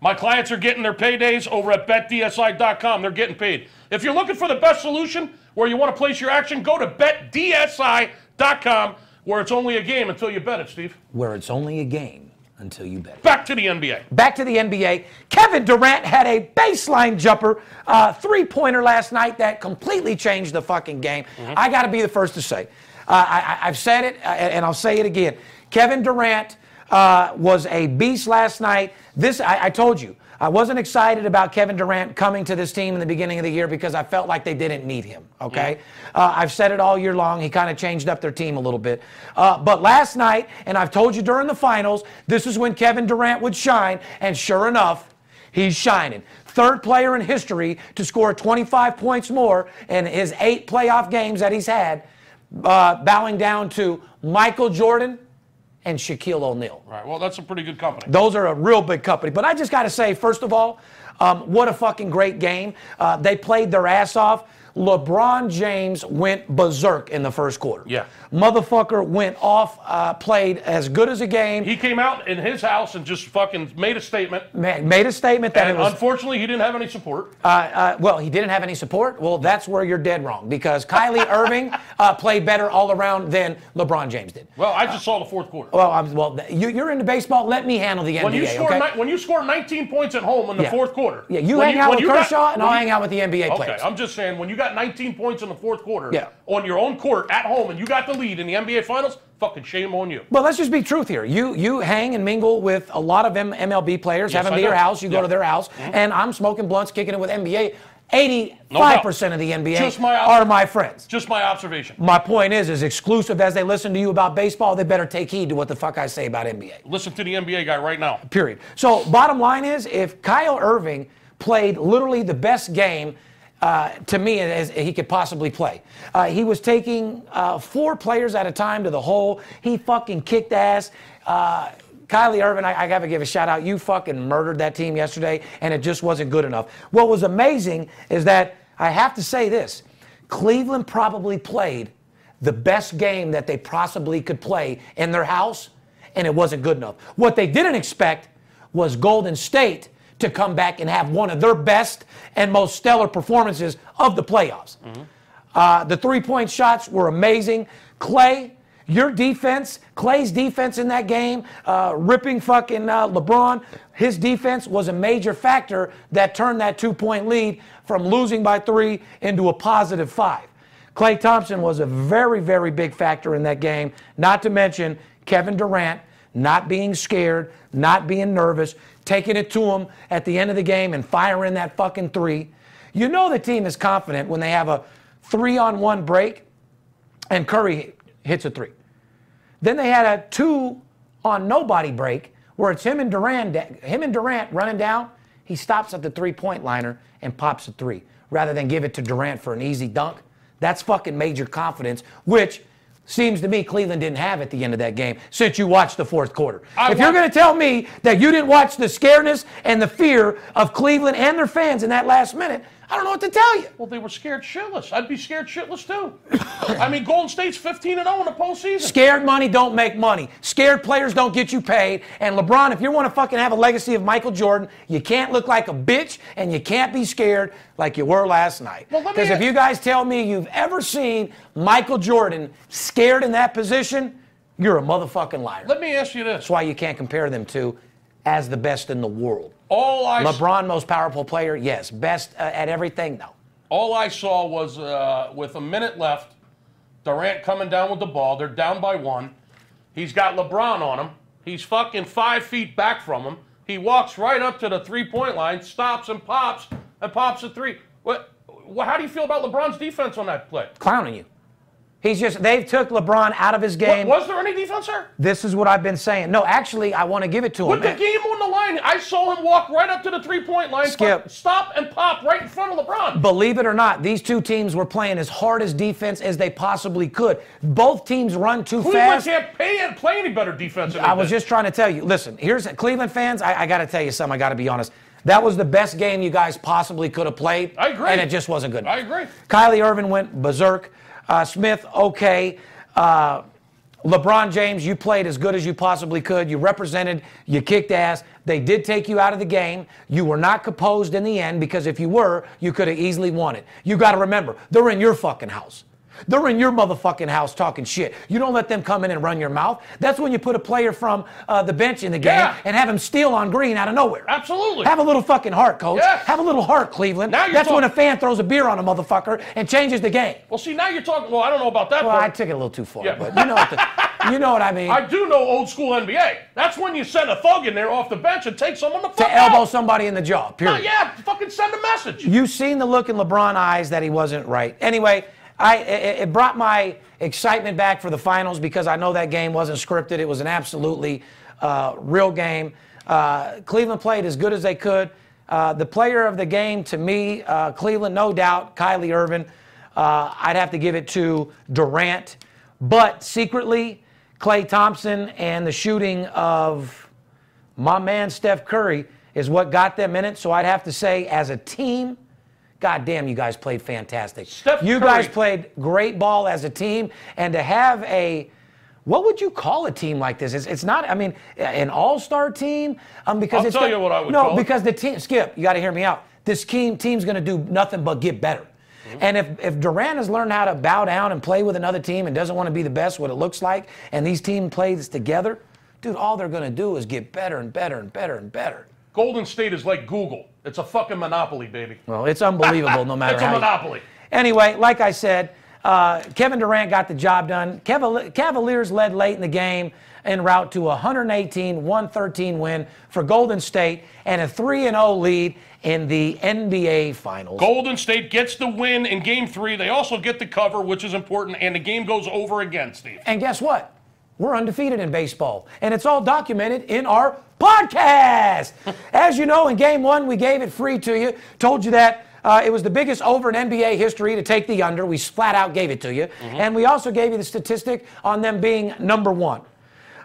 S2: My clients are getting their paydays over at betdsi.com. They're getting paid. If you're looking for the best solution where you want to place your action, go to betdsi.com where it's only a game until you bet it, Steve.
S3: where it's only a game until you bet. it.
S2: Back to the NBA.
S3: Back to the NBA. Kevin Durant had a baseline jumper, uh, three pointer last night that completely changed the fucking game. I got to be the first to say. Uh, I, I- I've said it, uh, and and I'll say it again. Kevin Durant uh, was a beast last night. This, I, I told you, I wasn't excited about Kevin Durant coming to this team in the beginning of the year because I felt like they didn't need him. Okay, uh, I've said it all year long. He kind of changed up their team a little bit, uh, but last night, and I've told you during the finals, this is when Kevin Durant would shine, and sure enough, he's shining. Third player in history to score 25 points more in his eight playoff games that he's had, uh, bowing down to Michael Jordan and Shaquille O'Neal.
S2: All right, well, that's a pretty good company.
S3: Those are a real big company. But I just got to say, first of all, um, what a fucking great game. Uh, they played their ass off. LeBron James went berserk in the first quarter.
S2: Yeah.
S3: Motherfucker went off, uh, played as good as a game.
S2: He came out in his house and just fucking made a statement.
S3: ma- made a statement that
S2: And
S3: it was.
S2: unfortunately, he didn't have any support.
S3: Uh, well, he didn't have any support. Well, that's where you're dead wrong because Kylie Irving uh, played better all around than LeBron James did.
S2: well, I just saw the fourth quarter.
S3: Well, I'm, well, th- you, you're into baseball. Let me handle the NBA.
S2: when you score
S3: okay?
S2: ni- when you score 19 points at home in the
S3: Yeah.
S2: fourth quarter.
S3: yeah, you
S2: when
S3: hang out
S2: when
S3: with
S2: you got-
S3: Kershaw, and
S2: when
S3: I'll
S2: you-
S3: hang out with the NBA
S2: Okay,
S3: players.
S2: I'm just saying when you got 19 points in the fourth quarter
S3: Yeah.
S2: on your own court at home and you got the lead in the NBA Finals, fucking shame on you.
S3: But let's just be truth here. You you hang and mingle with a lot of M- MLB players, have them
S2: I
S3: to your
S2: do.
S3: house, you go
S2: Yeah. Mm-hmm.
S3: to their house, and I'm smoking blunts, kicking it with NBA. 85% of the NBA
S2: Just my op-
S3: are my friends.
S2: Just my observation.
S3: My point is, as exclusive as they listen to you about baseball, they better take heed to what the fuck I say about NBA.
S2: Listen to the NBA guy right now.
S3: period. So, bottom line is, if Kyle Irving played literally the best game uh, to me as he could possibly play, uh, he was taking uh, four players at a time to the hole. He fucking kicked ass. Uh, Kylie Irving, I, I gotta give a shout out. You fucking murdered that team yesterday, and it just wasn't good enough. What was amazing is that I have to say this Cleveland probably played the best game that they possibly could play in their house, and it wasn't good enough. What they didn't expect was Golden State to come back and have one of their best and most stellar performances of the playoffs. Uh, the three point shots were amazing. Clay, Your defense, Clay's defense in that game, uh, ripping fucking uh, LeBron, his defense was a major factor that turned that two point lead from losing by three into a positive five. Clay Thompson was a very, very big factor in that game, not to mention Kevin Durant not being scared, not being nervous, taking it to him at the end of the game and firing that fucking three. You know the team is confident when they have a three on one break and Curry hits a three. Then they had a two on nobody break where it's him and Durant, him and Durant running down. He stops at the three point liner and pops a three rather than give it to Durant for an easy dunk. That's fucking major confidence, which seems to me Cleveland didn't have at the end of that game since you watched the fourth quarter.
S2: I
S3: if you're
S2: wa-
S3: going to tell me that you didn't watch the scaredness and the fear of Cleveland and their fans in that last minute, I don't know what to tell you.
S2: Well, they were scared shitless. I'd be scared shitless too. I mean, Golden State's 15 and 0 in the postseason.
S3: Scared money don't make money. Scared players don't get you paid. And LeBron, if you want to fucking have a legacy of Michael Jordan, you can't look like a bitch and you can't be scared like you were last night.
S2: Well, let
S3: Because
S2: me-
S3: if you guys tell me you've ever seen Michael Jordan scared in that position, you're a motherfucking liar.
S2: Let me ask you this:
S3: That's why you can't compare them to as the best in the world.
S2: all I
S3: LeBron, most powerful player, yes. Best uh, at everything, no.
S2: all I saw was uh, with a minute left, Durant coming down with the ball. They're down by one. He's got LeBron on him. He's fucking five feet back from him. He walks right up to the three-point line, stops and pops and pops a three. What? wh- How do you feel about LeBron's defense on that play?
S3: Clowning you. He's just, they've took LeBron out of his game.
S2: Was there any defense there?
S3: This is what I've been saying. No, actually, I want to give it to him.
S2: With the game on the line, I saw him walk right up to the three-point line,
S3: Skip.
S2: fu- stop and pop right in front of LeBron.
S3: Believe it or not, these two teams were playing as hard as defense as they possibly could. Both teams run too
S2: Cleveland
S3: fast.
S2: can't pay and play any better defense. Than
S3: I
S2: they
S3: was
S2: did.
S3: just trying to tell you. Listen, here's Cleveland fans. I, I got to tell you something. I got to be honest. That was the best game you guys possibly could have played.
S2: I agree.
S3: And it just wasn't good.
S2: I agree.
S3: Kylie Irvin went berserk. Uh, Smith, okay. Uh, LeBron James, you played as good as you possibly could. You represented, you kicked ass. They did take you out of the game. You were not composed in the end because if you were, you could have easily won it. You got to remember, they're in your fucking house. They're in your motherfucking house talking shit. You don't let them come in and run your mouth. That's when you put a player from uh, the bench in the game
S2: Yeah.
S3: and have him steal on green out of nowhere.
S2: Absolutely.
S3: Have a little fucking heart, coach.
S2: Yes.
S3: Have a little heart, Cleveland.
S2: Now you're
S3: That's when a
S2: talking.
S3: fan throws a beer on a motherfucker and changes the game.
S2: well, see, now you're talking. Well, I don't know about that.
S3: Well,
S2: part.
S3: I took it a little too far,
S2: Yeah.
S3: but you know, what the, you know what I mean.
S2: I do know old school NBA. That's when you send a thug in there off the bench and take someone the fuck
S3: to elbow
S2: out.
S3: somebody in the jaw.
S2: No,
S3: Period.
S2: yeah, fucking send a message.
S3: You seen the look in LeBron eyes that he wasn't right. Anyway, I it, it brought my excitement back for the finals because I know that game wasn't scripted. It was an absolutely uh, real game. Uh, Cleveland played as good as they could. Uh, the player of the game to me, uh, Cleveland, no doubt, Kylie Irvin. Uh, I'd have to give it to Durant, but secretly, Clay Thompson and the shooting of my man Steph Curry is what got them in it. So I'd have to say, as a team, God damn, you guys played fantastic.
S2: Steph
S3: you
S2: Curry.
S3: guys played great ball as a team, and to have a what would you call a team like this? It's, it's not. I mean, an all-star team. Um, because
S2: I'll
S3: it's
S2: tell
S3: gonna-
S2: you what I would
S3: No,
S2: call it.
S3: because the team. Skip, you got to hear me out. This team team's going to do nothing but get better.
S2: Mm-hmm.
S3: And if, if Durant has learned how to bow down and play with another team and doesn't want to be the best, what it looks like, and these team plays together, dude, all they're going to do is get better and better and better and better.
S2: Golden State is like Google. It's a fucking monopoly, baby.
S3: Well, it's unbelievable no matter
S2: it's
S3: how.
S2: a
S3: you-
S2: monopoly.
S3: Anyway, like I said, uh, Kevin Durant got the job done. Caval- Cavaliers led late in the game en route to a 118 113 win for Golden State and a 3 0 lead in the NBA Finals.
S2: Golden State gets the win in Game Three. They also get the cover, which is important, and the game goes over again, Steve.
S3: and guess what? We're undefeated in baseball, and it's all documented in our podcast. As you know, in game one, we gave it free to you, told you that. Uh, it was the biggest over in NBA history to take the under. We flat out gave it to you. And we also gave you the statistic on them being number one.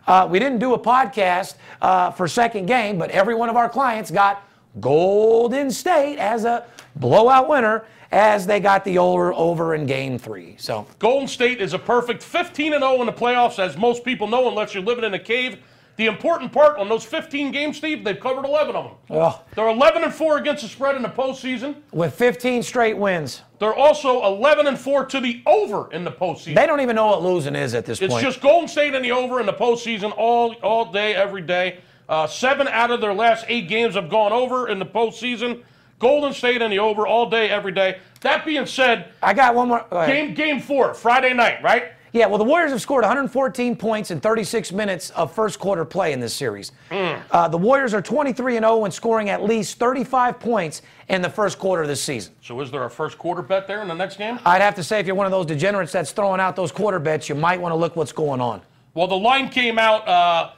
S3: Uh, we didn't do a podcast uh, for second game, but every one of our clients got Golden State as a blowout winner as they got the over, over in game three. So
S2: oh Golden State is a perfect 15 and 0 in the playoffs, as most people know, unless you're living in a cave. The important part on those 15 games, Steve, they've covered 11 of them.
S3: Ugh.
S2: They're 11 and four against the spread in the postseason.
S3: with 15 straight wins.
S2: They're also 11 and four to the over in the postseason.
S3: They don't even know what losing is at this
S2: It's
S3: point.
S2: just Golden State in the over in the postseason all all day, every day. Uh, seven out of their last eight games have gone over in the postseason. Golden State in the over all day, every day. That being said,
S3: I got one more. go ahead.
S2: game game four, Friday night, right?
S3: Yeah, well, the Warriors have scored 114 points in 36 minutes of first quarter play in this series.
S2: Mm.
S3: Uh, the Warriors are 23 and 0 when scoring at least 35 points in the first quarter of this season.
S2: So is there a first quarter bet there in the next game?
S3: I'd have to say, if you're one of those degenerates that's throwing out those quarter bets, you might want to look what's going on.
S2: Well, the line came out uh,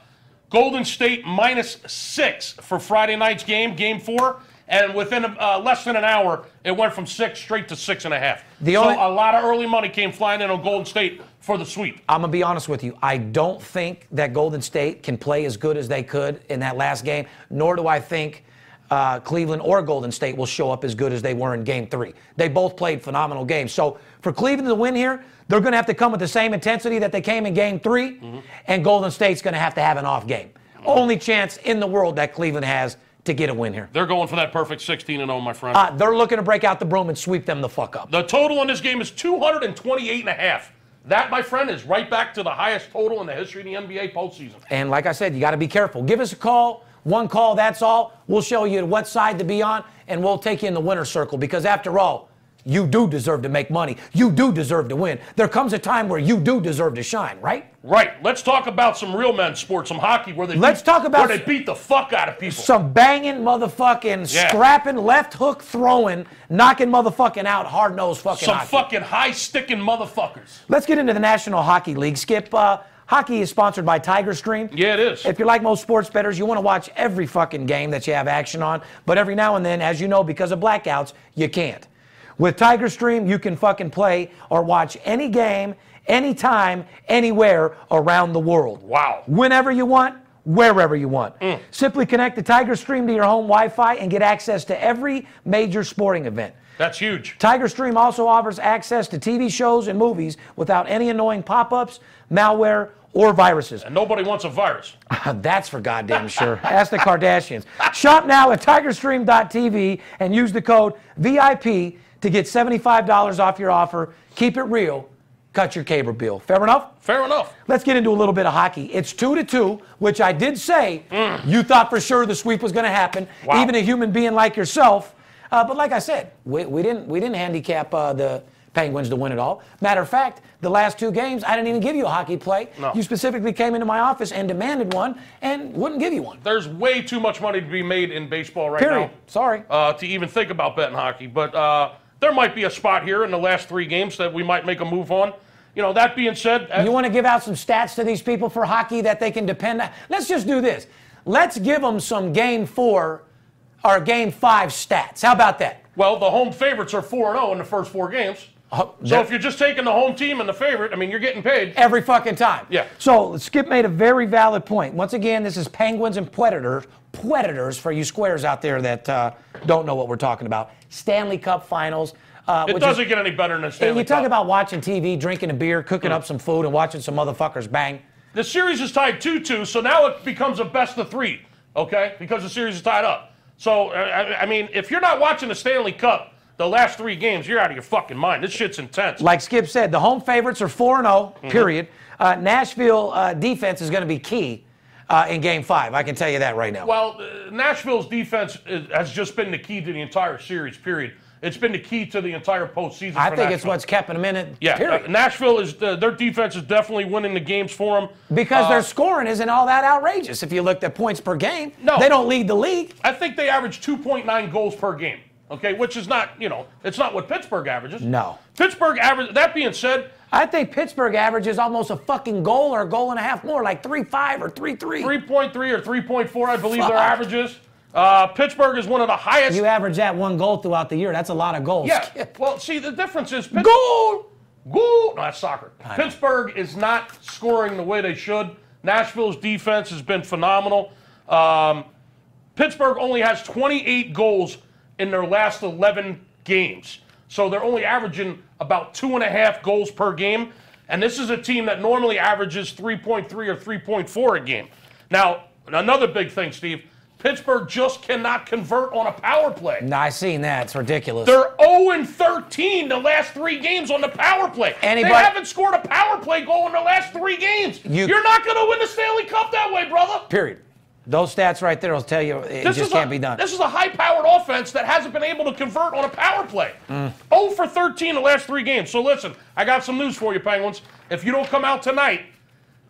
S2: Golden State minus six for Friday night's game, game four. And within uh, less than an hour, it went from six straight to six and a half.
S3: The
S2: so
S3: only-
S2: a lot of early money came flying in on Golden State for the sweep.
S3: I'm going to be honest with you. I don't think that Golden State can play as good as they could in that last game, nor do I think uh, Cleveland or Golden State will show up as good as they were in game three. They both played phenomenal games. So for Cleveland to win here, they're going to have to come with the same intensity that they came in game 3 and Golden State's going to have to have an off game. Only chance in the world that Cleveland has to get a win here.
S2: They're going for that perfect 16 and 0, my friend.
S3: Uh, they're looking to break out the broom and sweep them the fuck up.
S2: the total in this game is 228 and a half. That, my friend, is right back to the highest total in the history of the NBA postseason.
S3: And like I said, you got to be careful. Give us a call. One call, that's all. We'll show you what side to be on, and we'll take you in the winner's circle because, after all, you do deserve to make money. You do deserve to win. There comes a time where you do deserve to shine, right?
S2: Right. Let's talk about some real men sports, some hockey where they
S3: Let's
S2: beat,
S3: talk about
S2: where they
S3: s-
S2: beat the fuck out of people.
S3: Some banging, motherfucking,
S2: Yeah.
S3: scrapping, left hook throwing, knocking motherfucking out, hard nosed fucking
S2: some
S3: hockey.
S2: fucking high sticking motherfuckers.
S3: Let's get into the National Hockey League. Skip, uh, hockey is sponsored by Tiger Stream.
S2: Yeah, it is.
S3: If you're like most sports bettors, you want to watch every fucking game that you have action on, but every now and then, as you know, because of blackouts, you can't. With Tiger Stream, you can fucking play or watch any game, anytime, anywhere around the world.
S2: Wow.
S3: Whenever you want, wherever you want. Simply connect the Tiger Stream to your home Wi Fi and get access to every major sporting event.
S2: That's huge.
S3: Tiger Stream also offers access to TV shows and movies without any annoying pop ups, malware, or viruses.
S2: And nobody wants a virus.
S3: That's for goddamn sure. Ask the Kardashians. Shop now at tigerstream.tv and use the code VIP to get $75 off your offer. Keep it real. Cut your cable bill. Fair enough?
S2: Fair enough.
S3: Let's get into a little bit of hockey. It's two to two, which I did say you thought for sure the sweep was going to happen,
S2: Mm. Wow.
S3: even a human being like yourself. Uh, but like I said, we, we didn't we didn't handicap uh, the Penguins to win it all. Matter of fact, the last two games I didn't even give you a hockey play.
S2: No.
S3: You specifically came into my office and demanded one, and wouldn't give you one.
S2: There's way too much money to be made in baseball right
S3: Period.
S2: now.
S3: Sorry.
S2: uh, to even think about betting hockey. But uh, there might be a spot here in the last three games that we might make a move on. You know, that being said, uh,
S3: You want to give out some stats to these people for hockey that they can depend on? Let's just do this. Let's give them some game four or game five stats. How about that?
S2: well, the home favorites are 4 0 in the first four games.
S3: Oh,
S2: So
S3: that-
S2: if you're just taking the home team and the favorite, I mean, you're getting paid.
S3: every fucking time.
S2: Yeah.
S3: So Skip made a very valid point. Once again, this is penguins and predators, predators for you squares out there that uh, don't know what we're talking about. Stanley Cup Finals. Uh,
S2: It
S3: which is-
S2: doesn't get any better than a Stanley
S3: you talk
S2: Cup. Mm.
S3: about watching TV, drinking a beer, cooking up some food, and watching some motherfuckers bang.
S2: The series is tied 2 2, so now it becomes a best of three, okay? Because the series is tied up. So, I, I- I mean, if you're not watching the Stanley Cup the last three games, you're out of your fucking mind. This shit's intense.
S3: Like Skip said, the home favorites are 4 0,
S2: Mm-hmm.
S3: period. Uh, Nashville uh, defense is going to be key uh, in game five. I can tell you that right now.
S2: Well, uh, Nashville's defense is, has just been the key to the entire series. Period. It's been the key to the entire postseason.
S3: I
S2: for
S3: think it's
S2: Nashville.
S3: what's kept them in it,
S2: Yeah,
S3: period.
S2: uh, Nashville is uh, their defense is definitely winning the games for them.
S3: Because
S2: Uh,
S3: their scoring isn't all that outrageous. If you looked at points per game,
S2: No.
S3: they don't lead the league.
S2: I think they average 2.9 goals per game. Okay, which is not you know it's not what Pittsburgh averages.
S3: No.
S2: Pittsburgh average. That being said,
S3: I think Pittsburgh averages almost a fucking goal or a goal and a half more, like three five or three three.
S2: 3.3 or 3.4, I believe their
S3: Fuck.
S2: averages. Uh, Pittsburgh is one of the highest.
S3: You average that one goal throughout the year. That's a lot of goals.
S2: yeah. Well, see the difference is Pittsburgh.
S3: goal.
S2: Goal. No, that's soccer. Pittsburgh is not scoring the way they should. Nashville's defense has been phenomenal. Um, Pittsburgh only has 28 goals in their last 11 games. So they're only averaging about two and a half goals per game. And this is a team that normally averages 3.3 or 3.4 a game. Now, another big thing, Steve Pittsburgh just cannot convert on a power play.
S3: No, I seen that. It's ridiculous.
S2: They're 0 and 13 the last three games on the power play.
S3: Anybody-
S2: they haven't scored a power play goal in the last three games.
S3: You-
S2: are not going to win the Stanley Cup that way, brother.
S3: Period. Those stats right there will tell you it just
S2: is
S3: can't
S2: a,
S3: be done.
S2: This is a high-powered offense that hasn't been able to convert on a power play.
S3: Mm.
S2: 0 for 13 the last three games. So listen, I got some news for you, Penguins. If you don't come out tonight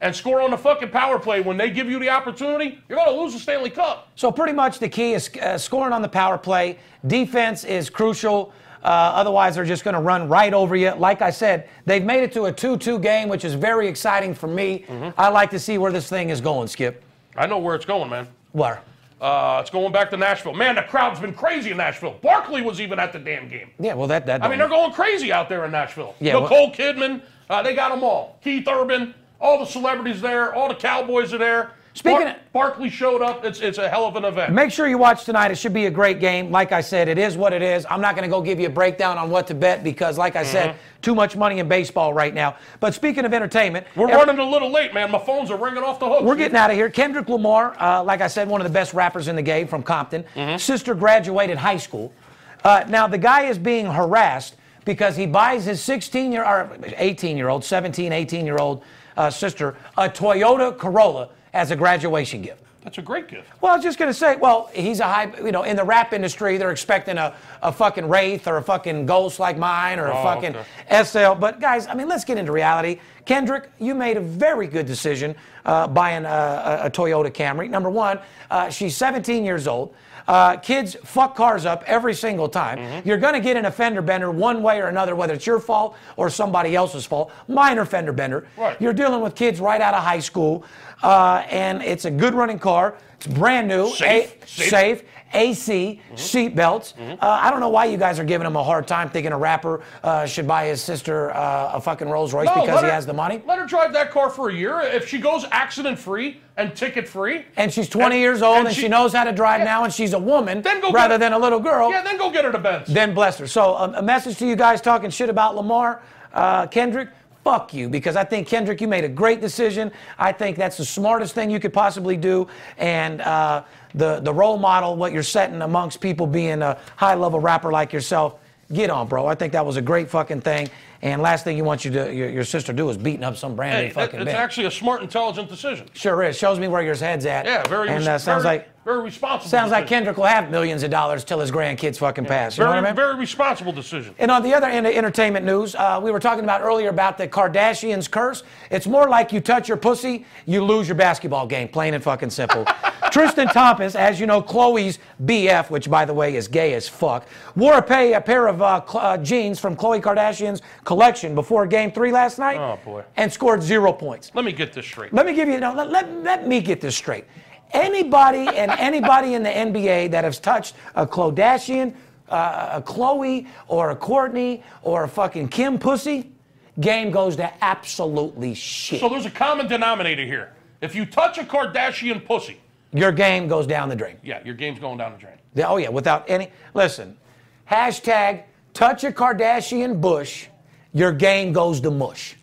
S2: and score on the fucking power play when they give you the opportunity, you're going to lose the Stanley Cup.
S3: So pretty much the key is uh, scoring on the power play. Defense is crucial. Uh, otherwise, they're just going to run right over you. Like I said, they've made it to a 2-2 game, which is very exciting for me. I like to see where this thing is going, Skip.
S2: I know where it's going, man.
S3: Where?
S2: Uh, it's going back to Nashville. Man, the crowd's been crazy in Nashville. Barkley was even at the damn game.
S3: Yeah, well, that that.
S2: I mean, they're going crazy out there in Nashville.
S3: Yeah, well-
S2: Nicole Kidman, uh, they got them all. Keith Urban, all the celebrities there, all the Cowboys are there.
S3: Speaking of-
S2: Barkley showed up. It's it's a hell of an event.
S3: Make sure you watch tonight. It should be a great game. Like I said, it is what it is. I'm not going to go give you a breakdown on what to bet because, like I said, too much money in baseball right now. But speaking of entertainment,
S2: We're
S3: every-
S2: running a little late, man. My phones are ringing off the hook.
S3: We're getting out of here. Kendrick Lamar, uh, like I said, one of the best rappers in the game from Compton. Sister graduated high school. Uh, now the guy is being harassed because he buys his 16 year or 18 year old, 17, 18 year old uh, sister a Toyota Corolla as a graduation gift.
S2: That's a great gift.
S3: Well, I was just gonna say, well, he's a high, you know, in the rap industry, they're expecting a, a fucking Wraith or a fucking Ghost like mine or a
S2: Oh,
S3: fucking SL. But guys, I mean, let's get into reality. Kendrick, you made a very good decision uh, buying a, a, a Toyota Camry. Number one, uh, she's 17 years old. Uh, kids fuck cars up every single time. You're gonna get an offender bender one way or another, whether it's your fault or somebody else's fault. Minor fender bender.
S2: Right.
S3: You're dealing with kids right out of high school, uh, and it's a good running car. It's brand new
S2: Safe,
S3: a-
S2: safe.
S3: safe, AC, seatbelts. Uh, I don't know why you guys are giving him a hard time thinking a rapper uh, should buy his sister uh, a fucking Rolls Royce
S2: No, uh,
S3: because
S2: let
S3: he
S2: her-
S3: has the money.
S2: Let her drive that car for a year. If she goes accident free and ticket free,
S3: And she's 20
S2: and-
S3: years old
S2: and
S3: and she,
S2: she-
S3: knows how to drive
S2: Yeah.
S3: now, and she's a woman
S2: then go
S3: rather
S2: get,
S3: than a little girl.
S2: Yeah, then go get her to Benz.
S3: then bless her. So, um, a message to you guys talking shit about Lamar, uh, Kendrick. Fuck you, because I think Kendrick, you made a great decision. I think that's the smartest thing you could possibly do, and uh, the the role model, what you're setting amongst people, being a high level rapper like yourself. Get on, bro. I think that was a great fucking thing. And last thing you want you to, your, your sister to do is beating up some brand
S2: hey,
S3: new
S2: that-
S3: fucking
S2: it's
S3: bitch.
S2: actually a smart, intelligent decision.
S3: sure is. Shows me where your head's at.
S2: Yeah, very.
S3: And
S2: res-
S3: uh, sounds
S2: very,
S3: like
S2: very responsible.
S3: sounds like
S2: decision.
S3: Kendrick will have millions of dollars till his grandkids fucking pass. You know
S2: Very,
S3: what I mean?
S2: very responsible decision.
S3: And on the other end of entertainment news, uh, we were talking about earlier about the Kardashians curse. It's more like you touch your pussy, you lose your basketball game, plain and fucking simple. Tristan Thompson, as you know, Chloe's BF, which by the way is gay as fuck, wore a, pay, a pair of uh, cl- uh, jeans from Chloe Kardashian's collection before game three last night
S2: Oh, boy.
S3: and scored zero points.
S2: Let me get this straight.
S3: Let me give you, no, let, let, let me get this straight. Anybody and anybody in the NBA that has touched a Kardashian, uh, a Chloe, or a Courtney, or a fucking Kim Pussy, game goes to absolutely shit.
S2: So there's a common denominator here. If you touch a Kardashian pussy,
S3: Your game goes down the drain.
S2: yeah, your game's going down the drain.
S3: Yeah, Oh, yeah, without any. Listen, hashtag touch a Kardashian bush, your game goes to mush.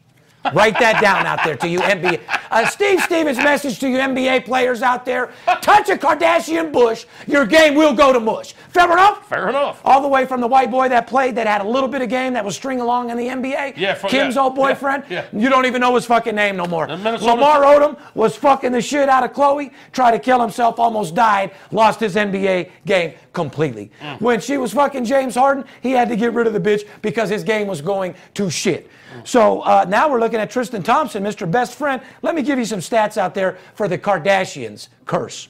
S3: Write that down out there to you, NBA. Uh, Steve Stevens' message to you, NBA players out there touch a Kardashian bush, your game will go to mush. Fair enough?
S2: Fair enough.
S3: All the way from the white boy that played that had a little bit of game that was string along in the NBA.
S2: Yeah, for-
S3: Kim's
S2: yeah,
S3: old
S2: yeah,
S3: boyfriend.
S2: yeah.
S3: You don't even know his fucking name no more.
S2: The Minnesota-
S3: Lamar Odom was fucking the shit out of Chloe, tried to kill himself, almost died, lost his NBA game completely. When she was fucking James Harden, he had to get rid of the bitch because his game was going to shit. So uh, now we're looking at Tristan Thompson, Mr. Best Friend. Let me give you some stats out there for the Kardashians curse.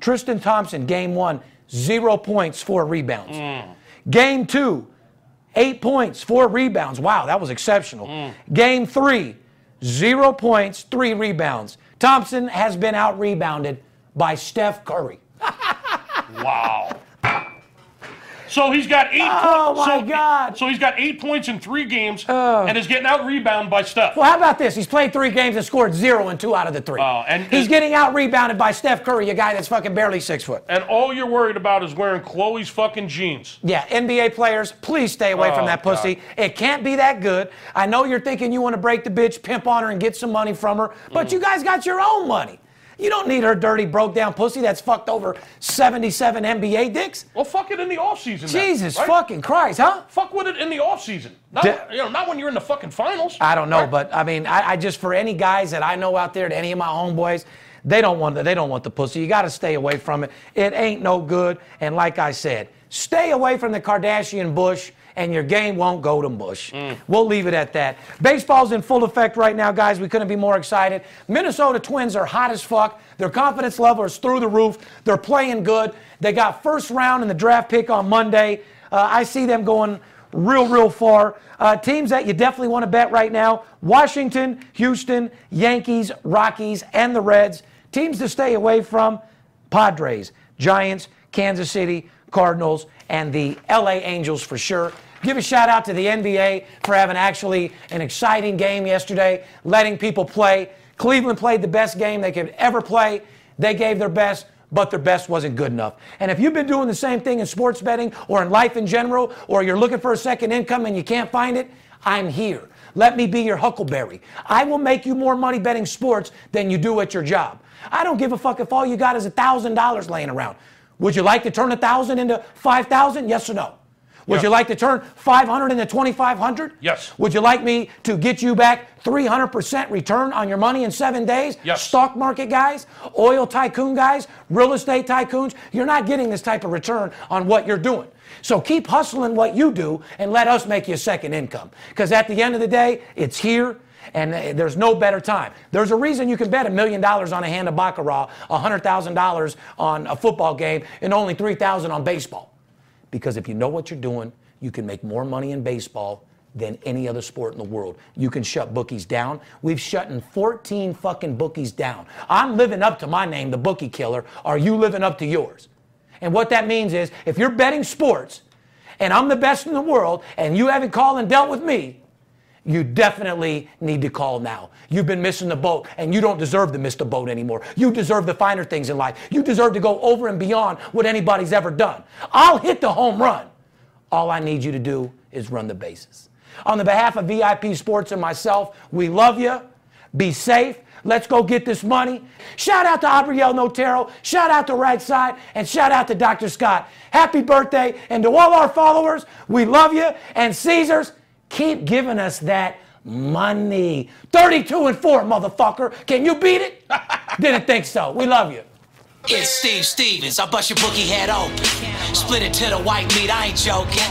S3: Tristan Thompson, game one, zero points, four rebounds. Game two, eight points, four rebounds. Wow, that was exceptional. Game three, zero points, three rebounds. Thompson has been out rebounded by Steph Curry.
S2: Wow. So he's got eight.
S3: Oh,
S2: points.
S3: my
S2: so,
S3: God.
S2: So he's got eight points in three games, and is getting out rebounded by Steph.
S3: Well, how about this? He's played three games and scored zero in two out of the three.
S2: Oh, and-
S3: he's getting out rebounded by Steph Curry, a guy that's fucking barely six foot.
S2: And all you're worried about is wearing Chloe's fucking jeans.
S3: Yeah, NBA players, please stay away from
S2: Oh,
S3: that pussy. It can't be that good.
S2: Mm.
S3: I know you're thinking you want to break the bitch, pimp on her, and get some money from her, but you guys got your own money. You don't need her dirty, broke down pussy that's fucked over 77 NBA dicks.
S2: Well, fuck it in the offseason. then,
S3: Jesus
S2: right?
S3: fucking Christ, huh?
S2: Fuck with it in the offseason. Not,
S3: De-
S2: you know, not when you're in the fucking finals.
S3: I don't know, but I mean, I, I just for any guys that I know out there, to any of my homeboys, they don't want the, they don't want the pussy. You got to stay away from it. It ain't no good. And like I said, stay away from the Kardashian bush, and your game won't go to mush. We'll leave it at that. Baseball's in full effect right now, guys. We couldn't be more excited. Minnesota Twins are hot as fuck. Their confidence level is through the roof. They're playing good. They got first round in the draft pick on Monday. Uh, I see them going real, real far. Uh, teams that you definitely want to bet right now Washington, Houston, Yankees, Rockies, and the Reds. Teams to stay away from Padres, Giants, Kansas City, Cardinals, and the LA Angels for sure. Give a shout out to the NBA for having actually an exciting game yesterday, letting people play. Cleveland played the best game they could ever play. They gave their best, but their best wasn't good enough. And if you've been doing the same thing in sports betting or in life in general, or you're looking for a second income and you can't find it, I'm here. Let me be your huckleberry. I will make you more money betting sports than you do at your job. I don't give a fuck if all you got is $1,000 laying around. Would you like to turn 1,000 into 5,000? Yes or no? Would
S2: Yeah.
S3: you like to turn 500 into 2,500?
S2: Yes.
S3: Would you like me to get you back 300% return on your money in seven days?
S2: Yes.
S3: Stock market guys, oil tycoon guys, real estate tycoons, you're not getting this type of return on what you're doing. So keep hustling what you do and let us make you a second income. Because at the end of the day, it's here. And uh, there's no better time. There's a reason you can bet a million dollars on a hand of baccarat, hundred thousand dollars on a football game, and only three thousand on baseball because if you know what you're doing, you can make more money in baseball than any other sport in the world. You can shut bookies down. We've shut in 14 fucking bookies down. I'm living up to my name, the bookie killer. Are you living up to yours? And what that means is if you're betting sports and I'm the best in the world and you haven't called and dealt with me, you definitely need to call now. You've been missing the boat, and you don't deserve to miss the boat anymore. You deserve the finer things in life. You deserve to go over and beyond what anybody's ever done. I'll hit the home run. All I need you to do is run the bases. On the behalf of VIP Sports and myself, we love you. Be safe. Let's go get this money. Shout out to Abriel Notero. Shout out to Right Side. And shout out to Dr. Scott. Happy birthday. And to all our followers, we love you. And Caesars, keep giving us that money. 32 and 4, motherfucker. Can you beat it? Didn't think so. We love you.
S10: It's Steve Stevens. I bust your bookie head open. Split it to the white meat, I ain't joking.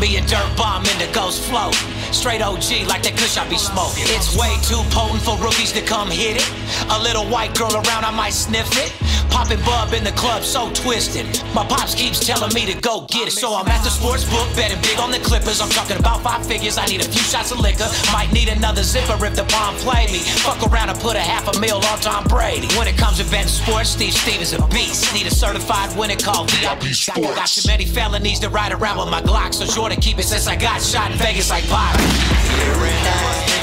S10: Me and Dirt Bomb in the ghost flow. Straight OG like that kush I be smoking. It's way too potent for rookies to come hit it. A little white girl around, I might sniff it. Popping bub in the club, so twisted. My pops keeps telling me to go get it. So I'm at the sports book, betting big on the Clippers. I'm talking about five figures. I need a few shots of liquor. Might need another zipper if the bomb play me. Fuck around and put a half a meal on Tom Brady. When it comes to betting sports, Steve Stevens a beast. Need a certified winner called VIP Sports. Got too many felonies to ride around with my Glock, so sure to keep it since I got shot in Vegas like Bobby. Here and I am.